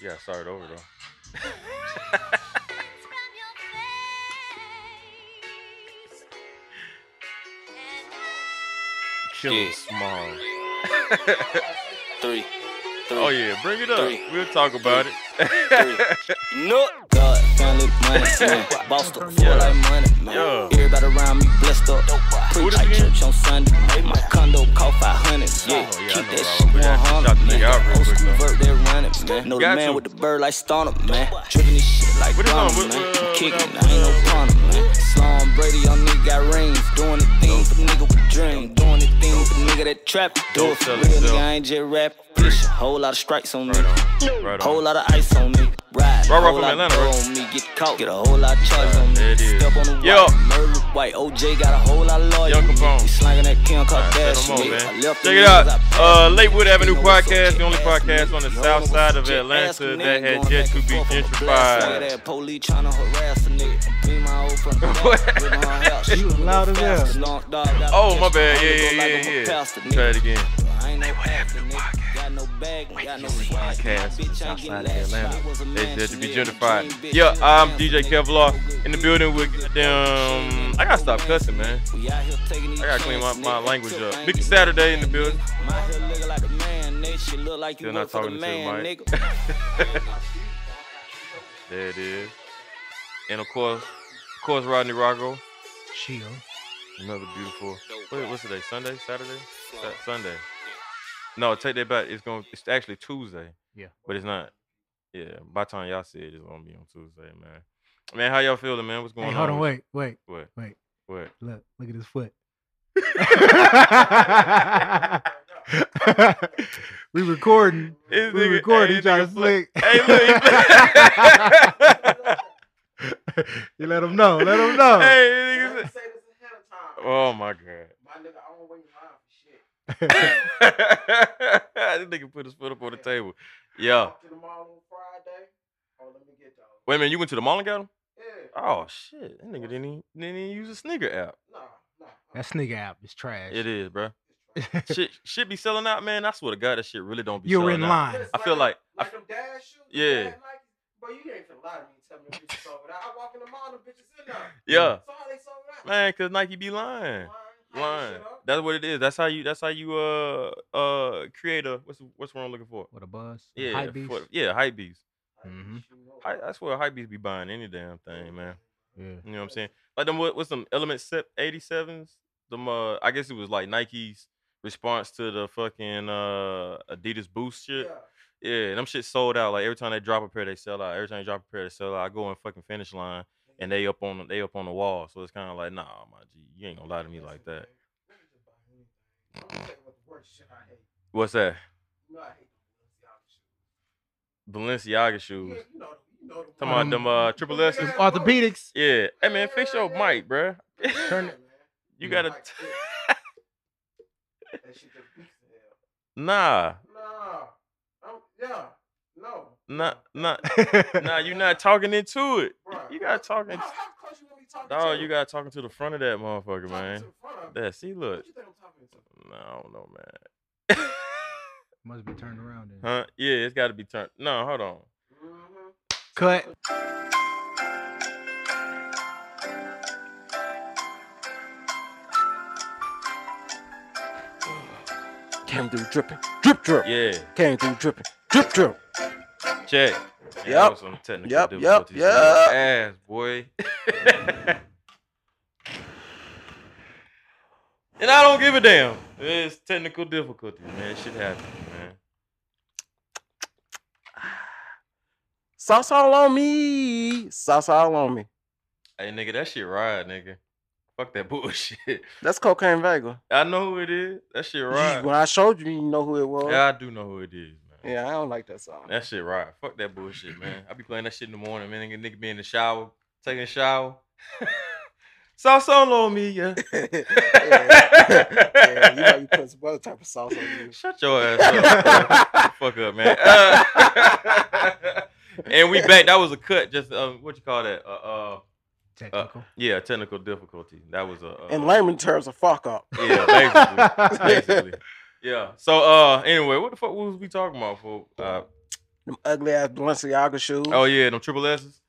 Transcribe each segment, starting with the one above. You gotta start it over though. Killer Yeah. small. Three. Three. Oh yeah, bring it up. Three. We'll talk about Three. it. No. God, family, money, man. Bossed up, full Yeah. like money, man. Yeah. Everybody around me blessed up. Who Preach this at again? church on Sunday. My condo cost 500. Oh, Yeah, yeah, I keep know that Rob. shit We had to 100, shout the man. nigga out real Old quick, school though. vert, they running, man. Know the Got man to. with the bird like Stonham, man. Tripping this shit like What is on? Donald, What- man. what- I'm what uh, kicking, album? I ain't no problem, man. Slum Brady, young nigga got rings. Doing the thing for nigga with dream. Doing the thing for nigga that trap. Do Don't it for sell real, nigga. yourself. I ain't just rap. Push a whole lot of strikes on me. right on. Right Whole on. lot of ice on me. Ride. Rock, rock whole from lot Atlanta, of right? dough on me. Get caught. Get a whole lot of charges on me. There it is. Step on the Yo. white. Murder white. OJ got a whole lot of lawyers. Young Capone. He slanging that Kim Alright, Kardashian. set 'em on, nigga. man. I Check left the it out. niggas I Uh, Lakewood Avenue you know what's up, Podcast, the only check ass podcast nigga. on the You south know side of what's up, check ass Atlanta nigga. that had Going yet to back be and forth with a blast nigga. gentrified. That police tryna harass a nigga. Be my old friend. With my house. You was loud as hell. Fast, long dog, gotta Oh catch my you. bad. Yeah, yeah, Only go like yeah, I'm a yeah. pastor, Try nigga. it again. I ain't no pastor, nigga. Got no bag, got no swag. Podcast My from the bitch south ain't side of getting lashed. Atlanta. I was a They said to be mansion, nigga. gentrified. Dream bitch, Yeah, little I'm Samson, DJ nigga. Kevlar in the building with goddamn. I gotta stop cussing, man. We out here taking these I gotta clean my, chances, my nigga. language Took up. my Mickey nigga. Saturday in the building. My hair look like a man, nigga. She look like you Still not work for the talking to man, Mike. nigga. There it is. And of course, of course, Rodney Rocco. Chill. Another beautiful. What, what's today? Sunday? Saturday? Sa- Sunday. No, take that back. It's going. It's actually Tuesday. Yeah. But it's not. Yeah. By the time y'all see it, it's gonna be on Tuesday, man. Man, how y'all feeling, man? What's going Hey, on? hold on, with- wait, wait, What? wait. What? Look, look at his foot. we recording. This We nigga- recording. hey, He this trying nigga to play- slick. Hey, look. he- you let him know. Let him know. Hey, nigga said- Oh my god. this nigga put his foot up on the table. Yeah. Oh, Wait a minute, you went to the mall and got him? Oh shit. That nigga didn't even, didn't even use a sneaker app. That sneaker app is trash. It is, bro. shit shit be selling out, man. I swear to God, that shit really don't be You're selling in out. line. I feel like I, Like them dad shoes? the Yeah. dad Nikes? Bro, you ain't finna lie to me and tell me them bitches sold out. I walk in the mall, them bitches in there. yeah, So how they sold out? man, cause Nike be lying. Line, line Lying. shit up. That's what it is. That's how you that's how you uh uh create a what's what's what I'm looking for? What a buzz. Yeah, Hype for- beast. yeah, hype beast. Mhm. I, I swear, hypebeast be buying any damn thing, man. Yeah. You know what I'm saying? Like them what, what's some Element Sep- 87s? Them uh, I guess it was like Nike's response to the fucking uh Adidas Boost shit. Yeah. Yeah, them shit sold out. Like every time they drop a pair, they sell out. Every time they drop a pair, they sell out. I go in fucking finish line and they up on they up on the wall. So it's kind of like, nah, my G, you ain't gonna lie to me like that. I'm gonna tell you what the worst shit I hate. What's that? You know I hate them Balenciaga Balenciaga shoes. shoes. Yeah, you know them. You know them. Talking about them uh triple S's. Them Orthopedics. Yeah. Hey man, fix your mic, bruh. Turn it. You Mm. gotta. Like t- That shit just weak as hell. nah, Nah. I'm, yeah. No. nah, nah. Nah, you not talking into it. Bruh. You got talking. How, how close you want me talking Dog, to? you got talking to the front of that motherfucker, Talking man. to the front of it. Yeah, see, look. What you think I'm talking to? Nah, I don't know, man. Must be turned around. Then. huh? Yeah, it's got to be turned. No, hold on. Mhm. Uh, Cut. Came through dripping, drip drip. Yeah, Came through dripping, drip drip. check. Man, that Yep. was some technical Yep, yep, difficulties in your yep. Ass, boy. and I don't give a damn. It's technical difficulties, man. Shit happens, man. Sauce all on me, sauce all on me. Hey, nigga, that shit ride, nigga. Fuck that bullshit. That's cocaine Vega. I know who it is. That shit You- ride. When I showed you, you know who it was. Yeah, I do know who it is, man. Yeah, I don't like that song. That shit right. Fuck that bullshit, man. I be playing that shit in the morning, man. Nigga, nigga be in the shower, taking a shower. Sauce solo on me, yeah. yeah. yeah, you might be putting some other type of sauce on you. Shut your ass up. bro. Fuck up, man. Uh, and we back. That was a cut. Just um, what you call that? Uh, uh, Technical. yeah, technical difficulty. That was a. Uh, In layman terms, a fuck up. yeah, basically, basically. Yeah. So, uh, anyway, what the fuck was we talking about for? Uh, Them ugly ass Balenciaga shoes. Oh yeah, them triple S's,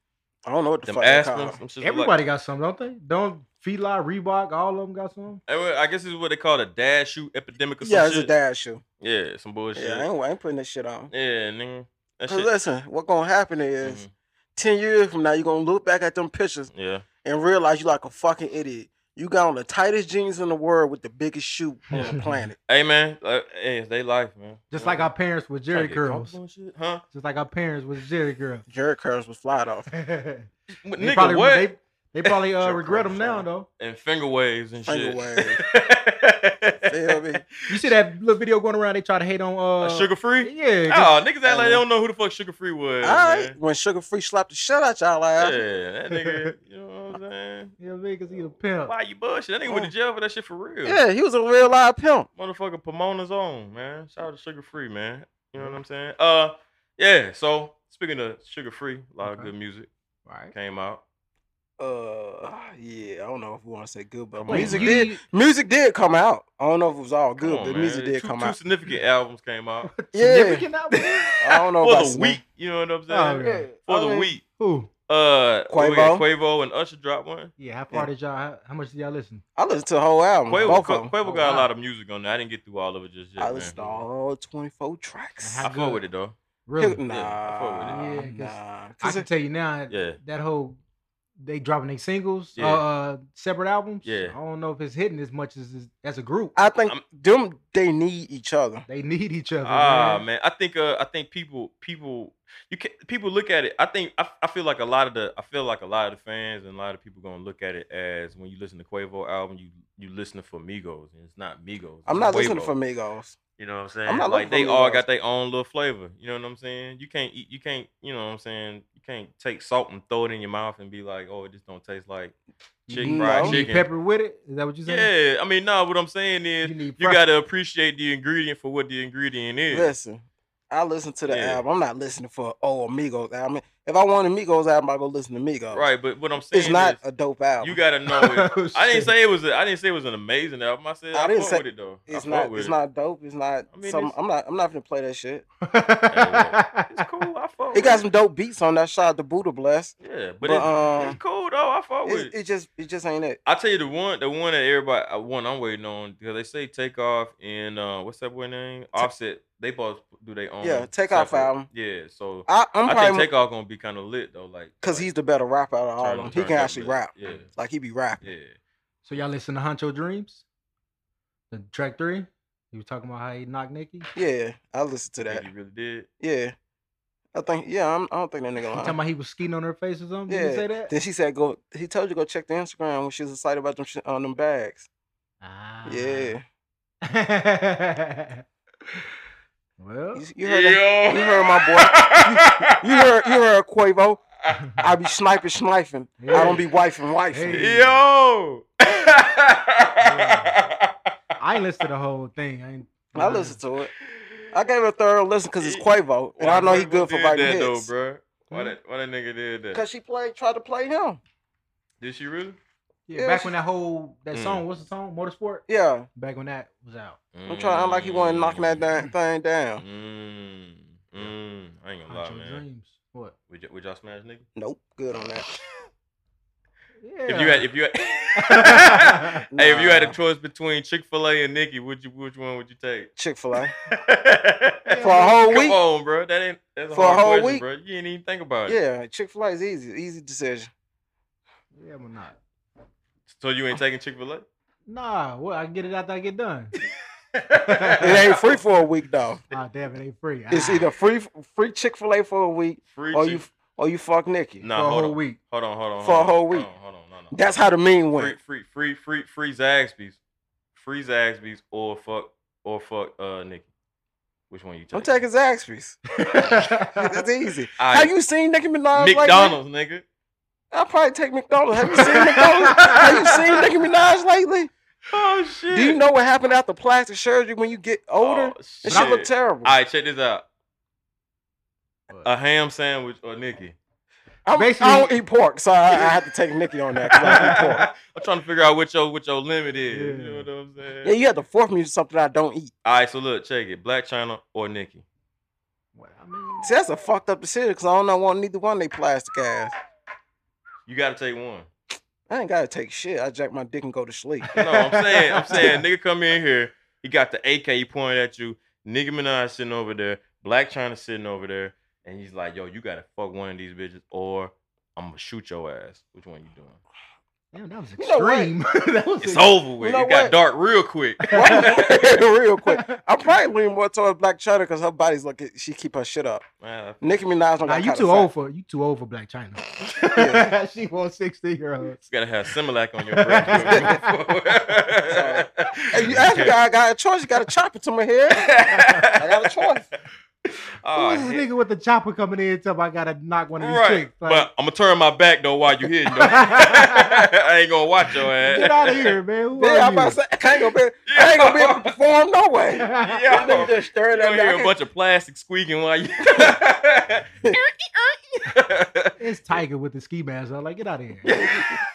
I don't know what the them fuck they call. Aspens. them. them shits look like- Everybody got some, don't they? Don't Fila, Reebok, all of them got some. Eh, well, I guess this is what they call the dash shoot epidemic or some Yeah, it's a shit. dad shoe. Yeah, some bullshit. Yeah, I ain't, I ain't putting that shit on. Yeah, nigga. That Cause shit. listen, what gonna happen is Mhm. ten years from now you're gonna look back at them pictures Yeah. and realize you like a fucking idiot. You got on the tightest jeans in the world with the biggest shoe on the planet. Hey man, like, hey, it's they life, man. Just like our parents with Tryna Jerry get curls. comfortable and shit, huh? Just like our parents with Jerry curls. Jerry curls was fly off. they What- Nigga, probably, what? They, they probably uh, Jerry regret them curls, now yeah. though. and finger waves and shit. Finger Feel me? waves. You see that little video going around? They try to hate on uh, sugar free? Yeah, Oh, niggas act like Hey, they don't know who the fuck sugar free All was. right, man. when Sugar Free slapped the shit out y'all Yeah, ass. that nigga. You know what I'm saying? yeah, because he a pimp. Why you bullshit? That nigga went to jail for that shit for real. Uh, Yeah, he was a real live pimp. Motherfucker Pomona's on, man. Shout out to Sugar Free, man. You know what I'm saying? Uh yeah, so speaking of sugar free, a lot of Okay. good music Right. came out. Uh, yeah, I don't know if we want to say good, but Come on, music man. did music did come out. I don't know if it was all Come good, on, but man. music did two, come two out. significant albums came out. Yeah, Significant album? I don't know for about the significant. week. You know what I'm saying? Oh, yeah. Yeah, For I the mean, week. Who? Uh what we got? Quavo and Usher dropped one. Yeah, how far Yeah. did y'all? How, how much did y'all listen? I listened to the whole album. Quavo, both of Quavo 'em. got a Oh, wow. lot of music on there. I didn't get through all of it just yet. I man. listened to all 24 tracks. I I fuck good. with it though. Really? Nah, I fuck with it. Yeah, nah. 'cause I 'Cause can it- tell you now. Yeah. That whole they dropping their singles, Yeah. uh, uh, separate albums. Yeah. I don't know if it's hitting as much as as- as a group. I think I'm- them they need each other. they need each other. Ah man. man, I think uh, I think people people you can people look at it. I think I, I feel like a lot of the I feel like a lot of the fans and a lot of people gonna look at it as when you listen to Quavo album, you you listening for Migos and it's not Migos. I'm it's not Quavo. listening for Migos. You know what I'm saying? not like looking for they all Migos. got their own little flavor. You know what I'm saying? You can't eat, you can't you know what I'm saying? You can't take salt and throw it in your mouth and be like, oh, it just don't taste like chicken No. fried You You need chicken. pepper with it. Is that what you saying? Yeah, I mean, no. What I'm saying is, You need you fry- gotta appreciate the ingredient for what the ingredient is. Listen, I listen to the Yeah. album. I'm not listening for oh Migos album. If I want a Migos album, I go listen to Migos. Right, but what I'm saying Oh. It's not is, a dope album. you gotta know. It. Oh, I didn't shit. say it was. A, I didn't say it was an amazing album. I said I I, didn't fuck say- with it though. I it's fuck not. with It's it. not dope. It's not. I mean, some, it's- I'm not. I'm not gonna play that shit. It's cool. I fuck. It with got some dope beats on that. Shout out to Buddha Bless. Yeah, but, But, it's, um, it's cool though. I fuck with it. It, it just. It just ain't it. I tell you the one, the one that everybody, uh, one I'm waiting on because they say Takeoff and uh, what's that boy name? Offset. They both do their own. Yeah, Takeoff separate- album. Yeah, so I, I'm I think probably Takeoff gonna be kind of lit though, like because like, he's the better rapper out of all of turn- them. He turn can up actually lit. rap. Yeah, Like he be rapping. yeah. So y'all listen to Honcho Dreams, the track three. He was talking about how he knocked Nikki. Yeah, I listen to I think that. he really did. Yeah, I think. Yeah, I'm, I don't think that He nigga. talking lying. about he was skiing on her face or something. Did Yeah, he say that? Then she said, "Go." He told you go check the Instagram when she was excited about them sh- on them bags. Ah. Yeah, well, you, you heard that? Yo. you boy. heard my You heard you heard Quavo. I be sniping, sniping. I don't be wifing, wifing. Hey. Yo. I ain't listen to the whole thing. I ain't. I listen to it. I gave it a thorough listen because it's Quavo, and Why I know he Quavo good for did writing that though, hits. bro. Why Hmm? that why that nigga did that? Because she played, tried to play him. Did she really? Yeah, Yeah, back she- when that whole that Hmm. Mm. song, what's the song, Motorsport? Yeah, Back when that was out. I'm trying to act like he wasn't knocking that damn thing down. Mm, mm, I Oh, ain't gonna lie, Honcho man. Dreams. What? Would, y- would y'all smash nigga? Nope, good on that. Yeah. If you had, if you had, hey, if you had a Nah. choice between Chick Fil A and Nikki, would you which one would you take? Chick Fil A. For a whole Come week? on, bro. That ain't that's a For a hard whole question, week? bro. You didn't even think about it. Yeah, Chick Fil A is easy, easy decision. yeah, but not. So you ain't taking Chick Fil A? Nah, well, I get it after I get done. It ain't free for a week though. Ah, damn, it ain't free. It's Ah, either free free Chick Fil A for a week, free. or Chick- Oh, you or you fuck Nikki. for nah, a hold whole on. week. Hold on, hold on. For a hold on, whole hold on, week. Hold on, no, no. That's how the mean free, went. free, free, free, free Zaxby's, free Zaxby's, or fuck, or fuck, uh, Nikki. Which one you taking? I'm taking Zaxby's. That's easy. Have you seen Nicki Minaj? like that? McDonald's, nigga. I'll probably take McDonald's. Have you seen McDonald's? Have you seen Nicki Minaj lately? Oh shit. Do you know what happened after plastic surgery when you get older? Oh, and shit. she looked terrible. All right, check this out. What? A ham sandwich or Nikki. I'm, basically- I don't eat pork, so I, I had to take Nicki on that. 'cause I don't eat pork. I'm trying to figure out what your what your limit is. You know Yeah. what I'm saying? Yeah, you had to force me to something I don't eat. All right, so look, check it. Black China or Nikki. What I mean, See, that's a fucked up decision because I don't know want neither one of they plastic ass. You gotta take one. I ain't gotta take shit. I jack my dick and go to sleep. No, I'm saying, I'm saying, nigga come in here. He got the AK he pointed at you. Nigga Minaj sitting over there. Black China sitting over there. And he's like, yo, you gotta fuck one of these bitches or I'm gonna shoot your ass. Which one you doing? damn, that was You know what? extreme. that was It's ex- over with. know it got what? dark real quick. Real quick, I'm probably leaning more towards Black China because her body's like she keep her shit up. Man, Nicki Minaj don't Nah, got you too old for you too old for Black China. Yeah. she wants sixty year olds. you gotta have Similac on your breath. Hey, you asked me, I got a choice. You got to chop it to my head. I got a choice. Oh, Who is hell. this nigga with the chopper coming in? Tell me I gotta knock one of these Right, chicks. Like, but I'm gonna turn my back though while you hitting. Though. I ain't gonna watch your ass. get out of here, man. Who are Yeah, I'm you? about to say, I ain't gonna be, I ain't gonna be able to perform no way. Yo, That nigga just staring you at don't me. I hear a can't- bunch of plastic squeaking while you. it's Tiger with the ski mask. I'm like, get out of here.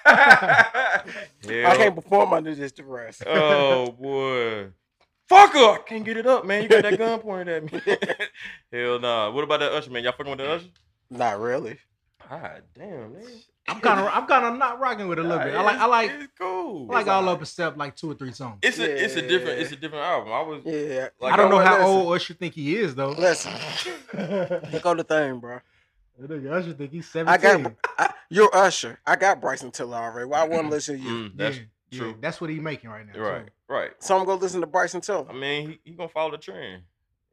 I Hell. can't perform under this duress. Oh boy. Fuck her! I can't get it up, man. You got that gun pointed at me. Hell nah. What about that Usher man? Y'all fucking with that Usher? Not really. God Ah, damn, man. I'm kind of I'm kind of not rocking with it a little bit. I like I like It's cool. I like all up except like two or three songs. It's a it's a different it's a different album. I was Yeah. Like, I don't know Well, how listen, old Usher think he is though. Listen, That here go the thing, bro. nigga Usher think he's I seventeen. got I, you're Usher. I got Bryson Tiller already. Why wouldn't listen to you? Mm, that's yeah, Yeah, true. that's what he's making right now. right, too. right. So I'm gonna listen to Bryson Tiller. I mean, he, he gonna follow the trend.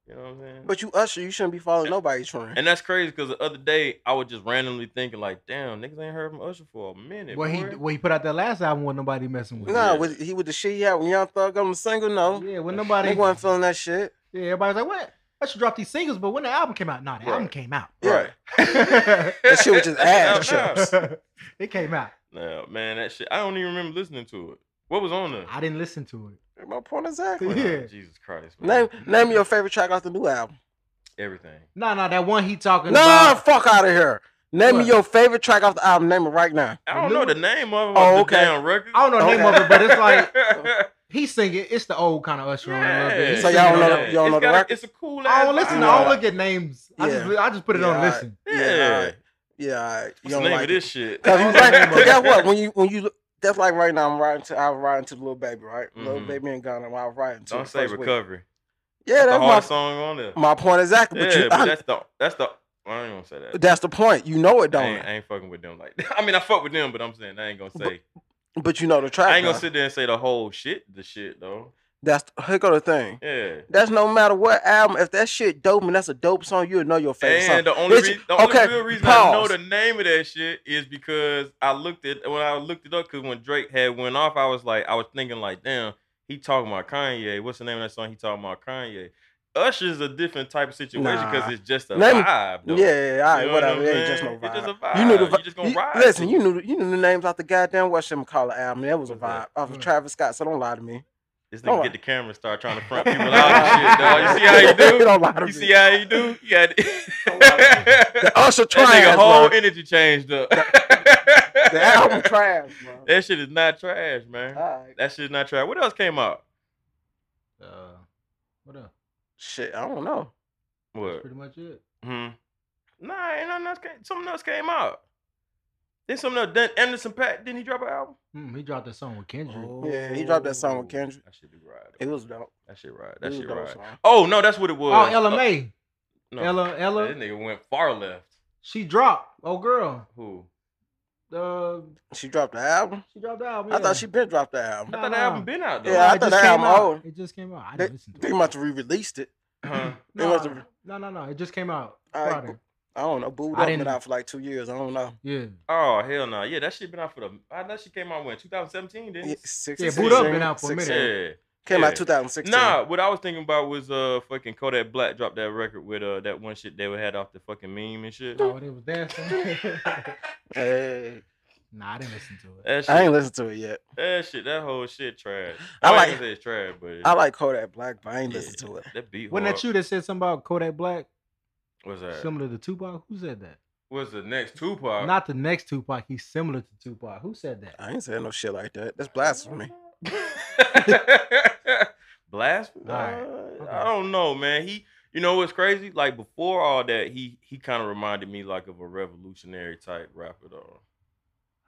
You know what I'm saying? But you Usher, you shouldn't be following nobody trend. And that's crazy because the other day I was just randomly thinking like, damn, niggas ain't heard from Usher for a minute. Well, he boy. well he put out that last album when nobody messing with. No, Yeah. him. with, he with the shit he had when Young Thug got him single. No, Yeah, when they nobody. wasn't feeling that shit. Yeah, everybody's like, what? Usher dropped these singles, but when the album came out, nah, the Right. album came out. right. That shit was just ass That's out it came out. now. Nah, man, that shit. I don't even remember listening to it. What was on there? I didn't listen to it. My point exactly. Wow, Yeah. Jesus Christ, man. Name name your favorite track off the new album. Everything. No, no, that one he talking Nah, about. fuck out of here. Name me What? your favorite track off the album. Name it right now. I The don't new know one? the name of it. Oh, the okay. damn record. I don't know the name of it, but it's like like he's singing. It's the old kind of Usher. on it a little bit. yeah. He's So y'all singing don't on know- that. y'all It's know the got a- record? It's a cool. I ass don't listen. vibe. to I don't look at names. I Yeah. just I just put it Yeah, on alright. listen. Yeah. Yeah, yeah. all right. You What's the don't name of like this it. shit? Cause you like, but guess got what? When you when you that's like right now, I'm riding to I'm riding to little baby, right? Little Mhm. baby and Ghana, I'm out riding to. the Don't say first week. recovery. that's Yeah, the that's my hardest song on there. My point exactly. But yeah, you, but I- that's the that's the. I ain't gonna say that. that's, the point. You know it, I don't ain't, I ain't fucking with them like that. I mean, I fuck with them, but I'm saying I ain't gonna say. it? But you know the track. I ain't gonna though. sit there and say the whole shit. The shit though. That's the, here go the thing. Yeah. That's no matter what album. If that shit dope and that's a dope song, you'll know your favorite song. And the only Bitch, reason, the only okay, real reason I know pause. the name of that shit is because I looked at when I looked it up because when Drake had went off, I was like, I was thinking like, damn, he talking about Kanye. What's the name of that song? He talking about Kanye. Usher's a different type of situation because Nah. it's just a Let me- vibe. Though. Yeah, yeah, all right, You know whatever. what I'm It ain't just no saying? vibe. It's just a You knew the vibe. vi- You just gonna you- ride Listen, to you it. knew the, you knew the names off the goddamn Whatchamacallit album. That was a What's that? vibe off of Mm. Travis Scott. So don't lie to me. This nigga Don't get lie. the camera and start trying to front people out and shit, dog. You see how he do? don't lie to You me. see how he do? He had Oh, the that Usher nigga trash, whole bro. energy changed up. The album trash, bro. That shit is not trash, man. All right. That shit is not trash. What else came out? Uh, what up? Shit, I don't know. That's What? pretty much it. Hmm. Nah, ain't nothing else. Came, something else came out. Then something else. Then Anderson Pack didn't he drop an album? Hmm, he dropped that song with Kendrick. Oh. Yeah, he dropped that song with Kendrick. That shit be ride. It was dope. That shit ride. It That was a shit dope ride. song. Oh no, that's what it Oh, was. Ella Uh, May. no. Ella Ella. That nigga went far left. She dropped. Oh girl. Who? Uh, She dropped the album. she dropped the album. I yeah. thought she been dropped the album. I No, thought no. that album been out though. Yeah, I it thought just that came album out. old. It just came out. I They- didn't listen to They it. must have re-released it. Huh. they no, must have- no, no, no. It just came out. Alright, Friday. cool. I don't know. Booed I up been didn't- out for like two years. I don't know. Yeah. Oh hell no. Yeah, that shit been out for the. I know she came out when 2017 didn't. Yeah, it? six, Yeah, six, Boot Up six, been out for a six, minute. six. Yeah. Came Yeah. out 2016. Nah, what I was thinking about was uh fucking Kodak Black dropped that record with uh that one shit they had off the fucking meme and shit. Mm. Oh, they was dancing. Hey, nah, I didn't listen to it. That shit, I ain't listened to it yet. that shit, that whole shit trash. I I like- like to say it's trash, but it, I like Kodak Black, but I ain't Yeah. listened to it. that beat. Wasn't that hard. you that said something about Kodak Black, What's that? similar to Tupac? Who said that? What's the next Uh, Tupac? Not the next Tupac. He's similar to Tupac. Who said that? I ain't saying no shit like that. That's blasphemy. Blasphemy. All right. Uh, Okay. I don't know, man. He, You know what's crazy? Like before all that, he he kind of reminded me like of a revolutionary type rapper though.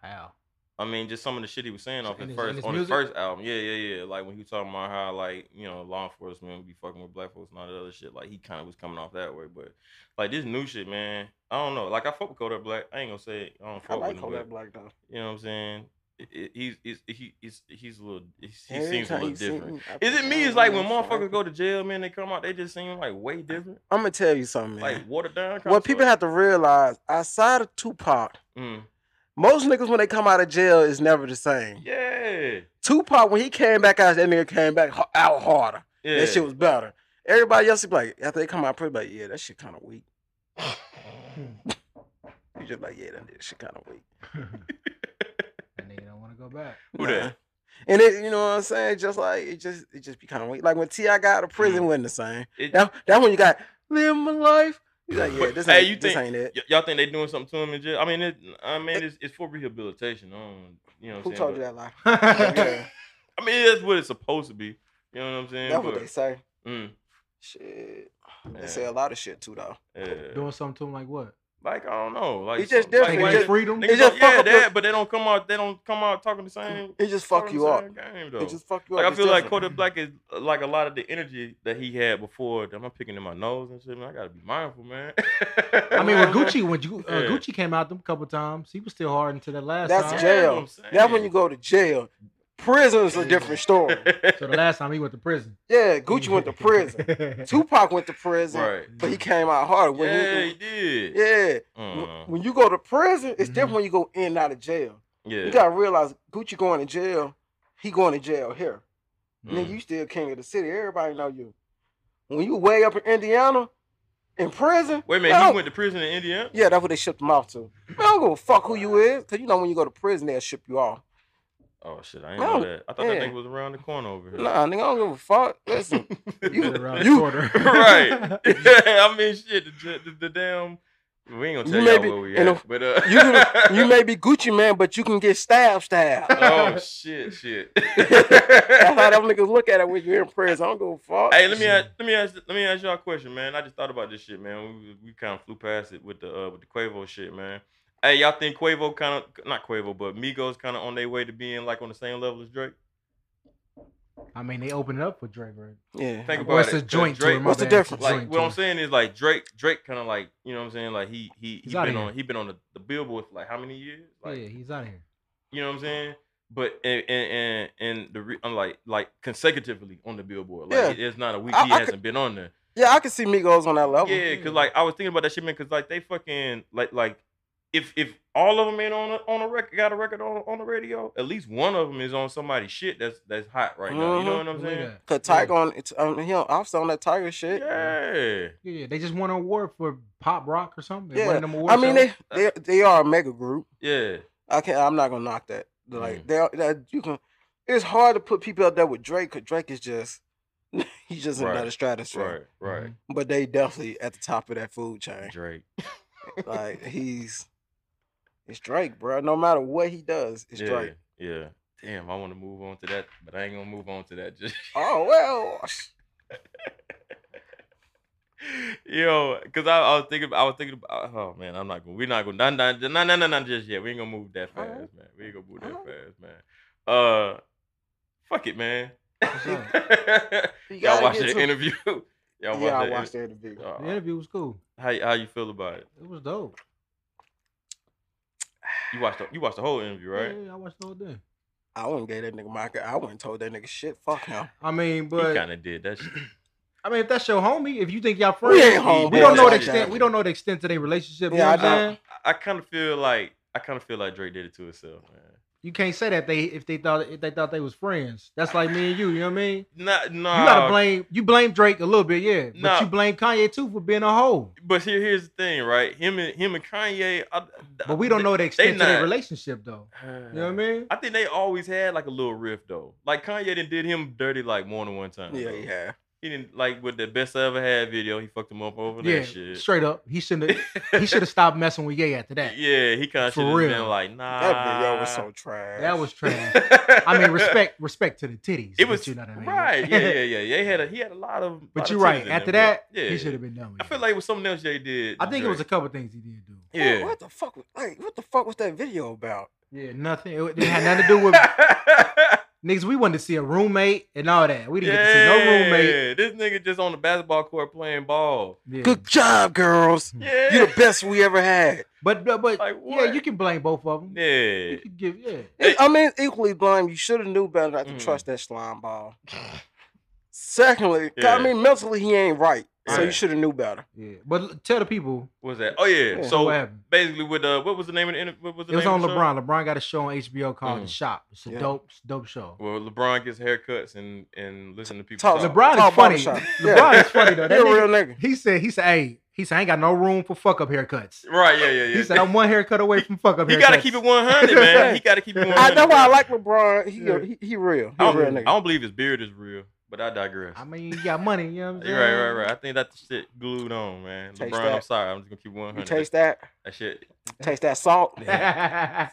How? I mean, just some of the shit he was saying off In his his- in first his on his music? first album. Yeah, yeah, yeah. Like when he was talking about how like you know law enforcement would be fucking with black folks and all that other shit. Like he kind of was coming off that way, but like this new shit, man. I don't know. Like I fuck with Kodak Black. I ain't gonna say it. I don't I fuck like with him. Kodak But, Black though. you know what I'm saying? It, it, he's, he's he he's he's a little he's, he Every seems a time little you see different. him, I Is it think, me? "Oh, It's like man, when this rapper." motherfuckers go to jail, man, they come out, they just seem like way different, I'm gonna tell you something, man. like watered down. what people have to realize, outside of Tupac, Mm. most niggas when they come out of jail is never the same. Yeah, Tupac when he came back out, that nigga came back h- out harder. yeah. That shit was better. Everybody else is like, after they come out, pretty like, yeah, that shit kind of weak. You just like, yeah, that nigga shit kind of weak. That nigga don't want to go back. Who Nah. that? And it, you know what I'm saying? Just like it just it just be kind of weak. Like when Ti got out of prison, wasn't the same. Mm. It- That that when you got live my life. You like, yeah, But, this ain't, hey, you this think- ain't it. Y- y'all think they doing something to him in jail? I mean, it, I mean, it's, it's for rehabilitation. I don't, you know, what Who I'm saying? told you But- that lie? yeah. Yeah, I mean, that's what it's supposed to be. You know what I'm saying? that's what they say. But, mm, Shit, Yeah. they say a lot of shit too though. yeah. Doing something to him like what? like I don't know. Like It's just some- Like, different. Taking It's like, his just- freedom. niggas it's just don't- fuck yeah, up that, your- but they don't come out. They don't come out talking the same. It just fuck talking you the up. same Game, though. It just fuck you Like up. I It's feel like different. Kodak Black is uh, like a lot of the energy that he had before. I'm not picking in my nose and shit, man. I gotta be mindful, man. I mean, with Gucci, when you, uh, Yeah. Gucci came out them couple times, he was still hard until that last That's time. jail. That's when you go. go to jail. Prison's a different story. So the last time he went to prison. Yeah, Gucci went to prison. Tupac went to prison, right? but he came out hard. When yeah, he, he did. yeah. Uh, Wh- When you go to prison, it's different Mhm. when you go in and out of jail. yeah. You gotta realize Gucci going to jail, he going to jail here. Nigga, Mm. you still king of the city. Everybody know you. When you way up in Indiana, in prison, Wait a minute, man, he went to prison in Indiana. yeah, that's what they shipped him off to. Man, I don't give a fuck who you is, cause you know when you go to prison, they'll ship you off. Oh shit, I ain't No, know that. I thought yeah. that nigga was around the corner over here. Nah, nigga, I don't give a fuck. Listen, Right you, around the you- corner. right? yeah, I mean, shit, the, j- the, the damn. We ain't gonna You tell may y'all be- where we you know, at, but uh, you, can- you may be Gucci man, but you can get stabbed, stabbed. oh shit, shit. That's how them niggas look at it when you're in prison. I don't give a fuck. Hey, let me ask, let me ask let me ask y'all a question, man. I just thought about this shit, man. We, we kind of flew past it with the uh, with the Quavo shit, man. Hey, y'all think Quavo kind of not Quavo, but Migos kind of on their way to being like on the same level as Drake? I mean, they opened it up for Drake, right? yeah. Think about What's it. the 'cause joint? to Drake, him, my What's the bad, it's a difference? like joint what to I'm him. saying is like Drake Drake kind of like you know what I'm saying like he he he outta been here. on he been on the, the Billboard for like how many years? Like yeah, he's out of here. you know what I'm saying. But and and and, and the re, I'm like like consecutively on the Billboard. Like it's not a week I- he I could- hasn't been on there. Yeah, I can see Migos on that level. Yeah, cause like I was thinking about that shit, man. Cause like they fucking like like if if all of them ain't on a, on a record got a record on on the radio, at least one of them is on somebody's shit that's that's hot right now. You know Mhm. what I'm Believe saying? that. Cause Tiger on it's um, he on, I'm still on that Tiger shit. Yeah, Yeah, yeah, they just won an award for pop rock or something. They Yeah, won them award I mean show. they, they they are a mega group. yeah. I can't. I'm not gonna knock that. Mm. Like they are that you can. It's hard to put people out there with Drake. Cause Drake is just he's just Right, another stratosphere. Right, right. Mm-hmm. But they definitely at the top of that food chain. Drake. like he's it's Drake, bro. No matter what he does, it's yeah, Drake. Yeah. Damn, I want to move on to that, but I ain't gonna move on to that. Just Oh well. yo, cause I, I was thinking, I was thinking about. Oh man, I'm not gonna. We're not gonna. Nah, nah, nah, nah, nah, nah, just yet. We ain't gonna move that All fast, right. man. We ain't gonna move that All fast, man. Uh, fuck it, man. up? You Y'all gotta watch get the to- interview. Y'all watch Yeah, I the watched the interview. inter- The Uh, interview was cool. how you- how you feel about it? It was dope. You watched the, you watched the whole interview, right? Mm, Yeah, I watched the whole thing. I wouldn't gave that nigga Micah. I wouldn't told that nigga shit. Fuck him. I mean, he but kind of did that. Shit. I mean, if that's your homie, if you think y'all friends, We ain't home. We we Yeah, don't know the like extent. that. We don't know the extent of their relationship. Yeah, you know I what know. I'm saying? I, I kind of feel like I kind of feel like Drake did it to himself, man. You can't say that they if they thought if they thought they was friends. That's like me and you. You know what I mean? Not, no. you gotta blame you blame Drake a little bit, yeah, but Nah. you blame Kanye too for being a hoe. But here, here's the thing, right? Him and him and Kanye. I, But we don't know the extent of not- their relationship though. You know what I mean? I think they always had like a little riff though. Like Kanye done did him dirty like more than one time. Yeah, though. yeah. He didn't like with the best I ever had video. He fucked him up over yeah, that shit. straight up. He shouldn't. He should have stopped messing with Ye after that. yeah, he kind of For should have real. been like, nah. That video Ah. was so trash. That was trash. I mean, respect, respect to the titties. It but was you know what I mean? right. Yeah, yeah, yeah. yeah. He had a, he had a lot of. But lot you're of titties right. in After there, that, but- yeah. he should have been done. With I it. feel like it was something else they did. I think it was a Drake. couple things he did do. What- yeah. What the fuck? was- Like, what the fuck was that video about? Yeah, nothing. It, it had nothing to do with niggas. We wanted to see a roommate and all that. We didn't get to see no roommate. Yeah, This nigga just on the basketball court playing ball. Yeah. Good job, girls. Hmm. Yeah. You the best we ever had. But but, but Like, yeah, what? you can blame both of them. Yeah. You could give yeah. Hey. I mean, equally blind. You should have knew better not to Mm. trust that slime ball. Secondly, I Yeah. mean, mentally he ain't right, so Yeah. you should have knew better. Yeah. But l- tell the people What was that? Oh yeah. Yeah. So what happened. basically, with uh, what was the name of the inter- what was the It was name on of the show? LeBron. LeBron got a show on HBO called The Mm. Shop. It's a Yeah. dope it's a dope show. Well, LeBron gets haircuts and and listen to people. Talk- talk. LeBron Tall is funny. barbershop. LeBron is funny though. He That a real nigga, nigga. he said he said, "Hey, he said I ain't got no room for fuck up haircuts." Right. Yeah. Yeah. Yeah. He said, "I'm one haircut away from fuck up haircuts." he got to keep it 100, man. He got to keep it 100. I know why I like LeBron. He Yeah. he, he real. He I a don't, real I nigga. don't believe his beard is real, but I digress. I mean, you got money. You know what I'm You're saying? right, right, right. I think that shit glued on, man. Taste LeBron, that. I'm sorry. I'm just gonna keep it 100. You taste that? that shit. Taste that salt? Yeah.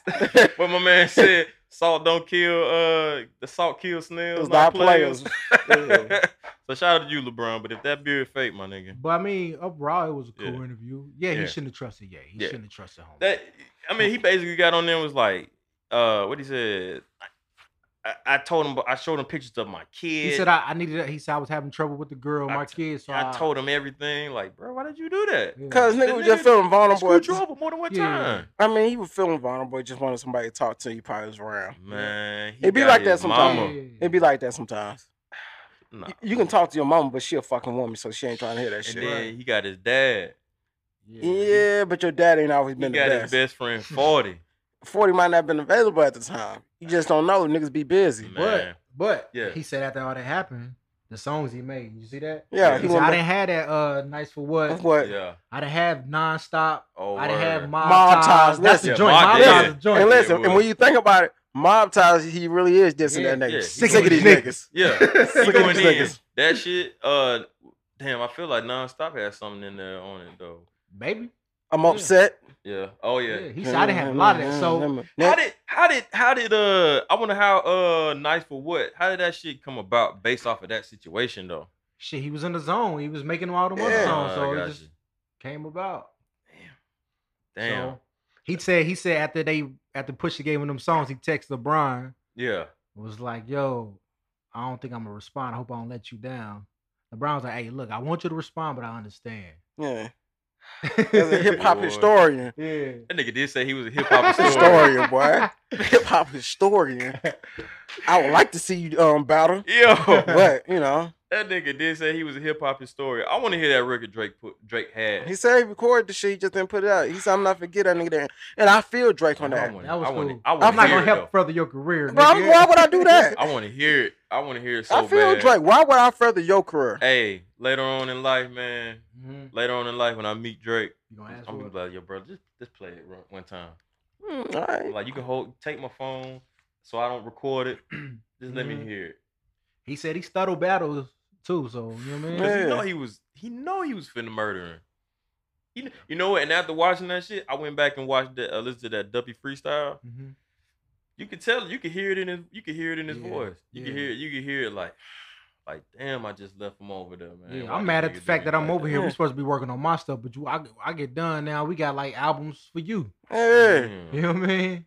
what my man said, salt don't kill. Uh, the salt kills snails, Those not not players. players. Yeah. so shout out to you, LeBron. But if that beard fake, my nigga, But I mean, overall, it was a cool Yeah. interview. Yeah, Yeah. he shouldn't have trusted. Yeah, he Yeah. shouldn't have trusted home. that I mean, he basically got on there and was like, uh, what he said. I, I told him, I showed him pictures of my kids. he said I, I needed. He said I was having trouble with the girl, I my t- kids. So I told him everything. Like, bro, why did you do that? yeah. Cause nigga The was just nigga feeling vulnerable. Screwed at you the- over more than one Yeah. time. I mean, he was feeling vulnerable. He just wanted somebody to talk to. You probably was around. Man, he It be got like that his sometimes. mama. It be like that sometimes. Nah. You, you can talk to your mama, but she a fucking woman, so she ain't trying to hear that And shit. then he got his dad. Yeah, but your dad ain't always He been got the his best. best friend forty. 40 might not have been available at the time. You just don't know. Niggas be Mm. busy. man. But Yeah. he said after all that happened, the songs he made. You see that? Yeah, Yeah. he He said, I went didn't have that uh nice for back, what. what? Yeah. I didn't have nonstop. Oh, I didn't have word. mob, Mob ties. ties, That's the listen. joint. Yeah, Mob mob- ties yeah. is the joint. And Yeah, listen, it and was. when you think about it, mob ties, he really is dissing Yeah, that nigga. yeah, he Sick going of these niggas. niggas. Yeah. Sick He of going these in. niggas. That shit. Uh, damn. I feel like nonstop had something in there on it though. Baby. I'm upset. Yeah. Oh yeah. Yeah, he said I didn't have a lot of that. So How Now, did how did how did uh I wonder how uh nice for what how did that shit come about based off of that situation though? shit, he was in the zone. He was making all the other Yeah. songs. Uh, So I it got just you. came about. Damn. So he said he said after they after Pusha gave him them songs, he texted LeBron Yeah. was like, "Yo, I don't think I'm gonna respond. I hope I don't let you down." LeBron was like, "Hey, look, I want you to respond, but I understand." yeah, as a hip hop Boy. historian, yeah. That nigga did say he was a hip hop historian. historian, boy, hip hop historian. I would like to see you um battle, Yo, but you know, that nigga did say he was a hip hop historian. I want to hear that record Drake put Drake had. he said he recorded the shit, he just didn't put it out. He said I'm not forget that nigga, there. and I feel Drake on I that. wanna- That was I wanna- cool. I I'm wanna not hear gonna it, help though. further your career. Bro, I'm- nigga. why would I do that? I want to hear it. I want to hear it so I feel bad. Drake. Why would I further your career? Oh, Hey, later on in life, man. Mhm. Later on in life, when I meet Drake, You I'm gonna ask gonna be for it? like, "Yo, bro, just just play it one- one time. Mm, all right. Like you can hold, take my phone, so I don't record it. Just let me Mhm. hear it." He said he started battles too. So you know what I mean? 'Cause Yeah. he know he was, he know he was finna murder him. He, kn- you know what? And after watching that shit, I went back and watched that, uh, listened to that Duppy freestyle. Mhm. you could tell you could hear it in his you could hear it in his Yeah, voice. You could yeah. hear it, you could hear it like like damn, I just left him over there, man. Yeah, Why I'm this mad at nigga the do fact me that I'm like over that?" here. Yeah. We're supposed to be working on my stuff, but you, I, I get done now. We got like albums for you. Yeah. You Damn, know what I mean?